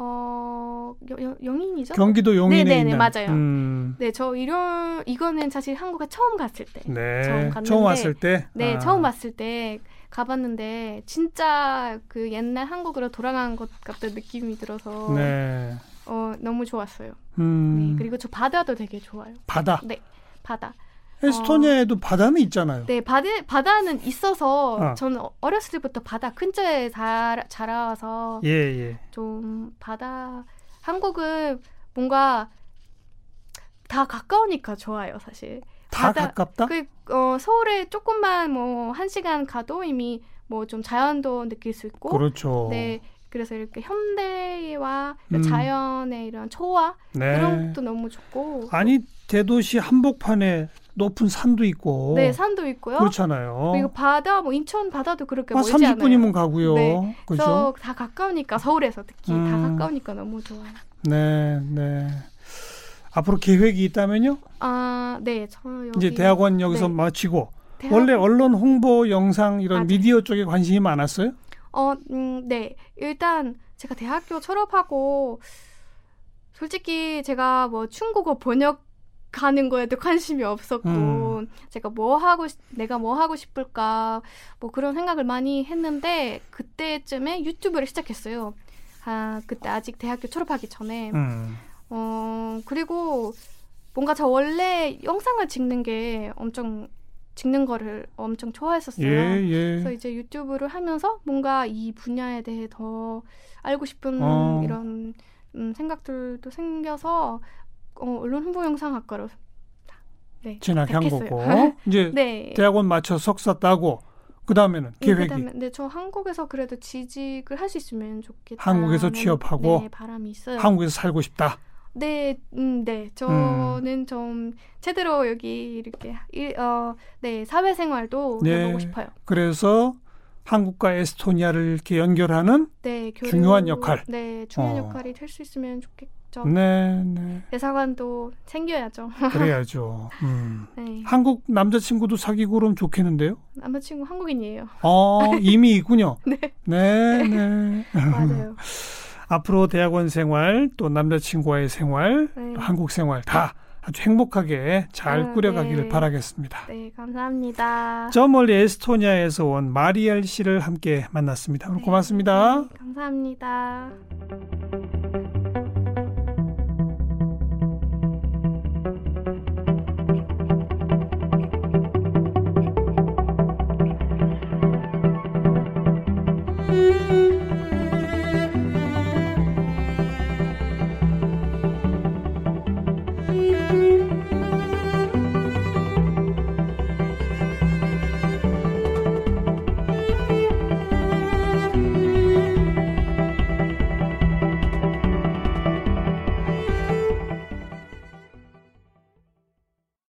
Speaker 4: 어, 여- 여- 영인이죠?
Speaker 2: 경기도 용인에
Speaker 4: 네, 네,
Speaker 2: 있는.
Speaker 4: 맞아요.
Speaker 2: 음,
Speaker 4: 네, 저 이런 이거는 사실 한국에 처음 갔을 때
Speaker 2: 네.
Speaker 4: 처음 갔는데,
Speaker 2: 처음 왔을 때.
Speaker 4: 네,
Speaker 2: 아,
Speaker 4: 처음 왔을 때 가봤는데 진짜 그 옛날 한국으로 돌아간 것 같은 느낌이 들어서
Speaker 2: 네.
Speaker 4: 어, 너무 좋았어요.
Speaker 2: 음,
Speaker 4: 네, 그리고 저 바다도 되게 좋아요.
Speaker 2: 바다.
Speaker 4: 바다.
Speaker 2: 에스토니아에도 바다는 있잖아요.
Speaker 4: 네, 바다, 바다는 있어서
Speaker 2: 아.
Speaker 4: 저는 어렸을 때부터 바다 근처에 자, 자라서
Speaker 2: 예, 예.
Speaker 4: 좀 바다 한국은 뭔가 다 가까우니까 좋아요, 사실.
Speaker 2: 다
Speaker 4: 바다-
Speaker 2: 가깝다?
Speaker 4: 그 어, 서울에 조금만 뭐 한 시간 가도 이미 뭐 좀 자연도 느낄 수 있고
Speaker 2: 그렇죠.
Speaker 4: 네. 그래서 이렇게 현대와 그러니까
Speaker 2: 음.
Speaker 4: 자연의 이런 초화
Speaker 2: 네.
Speaker 4: 이런 것도 너무 좋고
Speaker 2: 아니 대도시 한복판에 높은 산도 있고
Speaker 4: 네 산도 있고요.
Speaker 2: 그렇잖아요.
Speaker 4: 그리고 바다 뭐 인천 바다도 그렇게
Speaker 2: 한
Speaker 4: 멀지 않아요.
Speaker 2: 그렇죠. 30분이면 가고요.
Speaker 4: 네.
Speaker 2: 그렇죠?
Speaker 4: 그래서 다 가까우니까 서울에서 특히 다
Speaker 2: 음.
Speaker 4: 가까우니까 너무 좋아요.
Speaker 2: 네, 네. 앞으로 계획이 있다면요?
Speaker 4: 아, 네, 저 여기
Speaker 2: 이제 대학원 여기서
Speaker 4: 네.
Speaker 2: 마치고
Speaker 4: 대학-
Speaker 2: 원래 언론 홍보 영상 이런
Speaker 4: 아, 네.
Speaker 2: 미디어 쪽에 관심이 많았어요?
Speaker 4: 어, 음, 네. 일단 제가 대학교 졸업하고 솔직히 제가 뭐 중국어 번역 하는 거에도 [laughs] 관심이 없었고
Speaker 2: 음.
Speaker 4: 제가 뭐 하고 싶- 내가 뭐 하고 싶을까 뭐 그런 생각을 많이 했는데 그때쯤에 유튜브를 시작했어요. 아, 그때 아직 대학교 졸업하기 전에
Speaker 2: 음.
Speaker 4: 어, 그리고 뭔가 저 원래 영상을 찍는 게 엄청 찍는 거를 엄청
Speaker 2: 예,
Speaker 4: 좋아했었어요. 그래서
Speaker 2: 예.
Speaker 4: 이제 유튜브를 하면서 뭔가 이 분야에 대해 더 알고 싶은
Speaker 2: 어.
Speaker 4: 이런 음, 생각들도 생겨서 어, 언론 홍보 영상 학과로 네,
Speaker 2: 진학한
Speaker 4: 택했어요.
Speaker 2: 거고
Speaker 4: [laughs]
Speaker 2: 이제
Speaker 4: 네.
Speaker 2: 음, 대학원 마쳐 석사 따고 그 다음에는
Speaker 4: 네,
Speaker 2: 계획이
Speaker 4: 그다음에, 네, 저 한국에서 그래도 취직을 할 수 있으면 좋겠다.
Speaker 2: 한국에서 취업하고
Speaker 4: 네, 바람이 있어요.
Speaker 2: 한국에서 살고 싶다.
Speaker 4: 네, 음, 네,
Speaker 2: 음.
Speaker 4: 저는 좀 제대로 여기 이렇게 일, 어, 네 사회생활도
Speaker 2: 네.
Speaker 4: 해보고 싶어요.
Speaker 2: 그래서 한국과 에스토니아를 이렇게 연결하는
Speaker 4: 네, 교류,
Speaker 2: 중요한 역할.
Speaker 4: 네, 중요한
Speaker 2: 어.
Speaker 4: 역할이 될 수 있으면 좋겠죠.
Speaker 2: 네, 네.
Speaker 4: 예사관도 생겨야죠. [laughs]
Speaker 2: 그래야죠. 음.
Speaker 4: 네,
Speaker 2: 한국 남자친구도 사귀고 그럼 좋겠는데요.
Speaker 4: 남자친구 한국인이에요.
Speaker 2: 어,
Speaker 4: [laughs]
Speaker 2: 이미 있군요. 네, 네.
Speaker 4: 맞아요.
Speaker 2: [laughs] 앞으로 대학원 생활 또 남자친구와의 생활,
Speaker 4: 네.
Speaker 2: 또 한국 생활 다 아주 행복하게 잘
Speaker 4: 아,
Speaker 2: 꾸려가기를
Speaker 4: 네.
Speaker 2: 바라겠습니다.
Speaker 4: 네, 감사합니다.
Speaker 2: 저 멀리 에스토니아에서 온 마리엘 씨를 함께 만났습니다. 오늘 고맙습니다.
Speaker 4: 네, 감사합니다.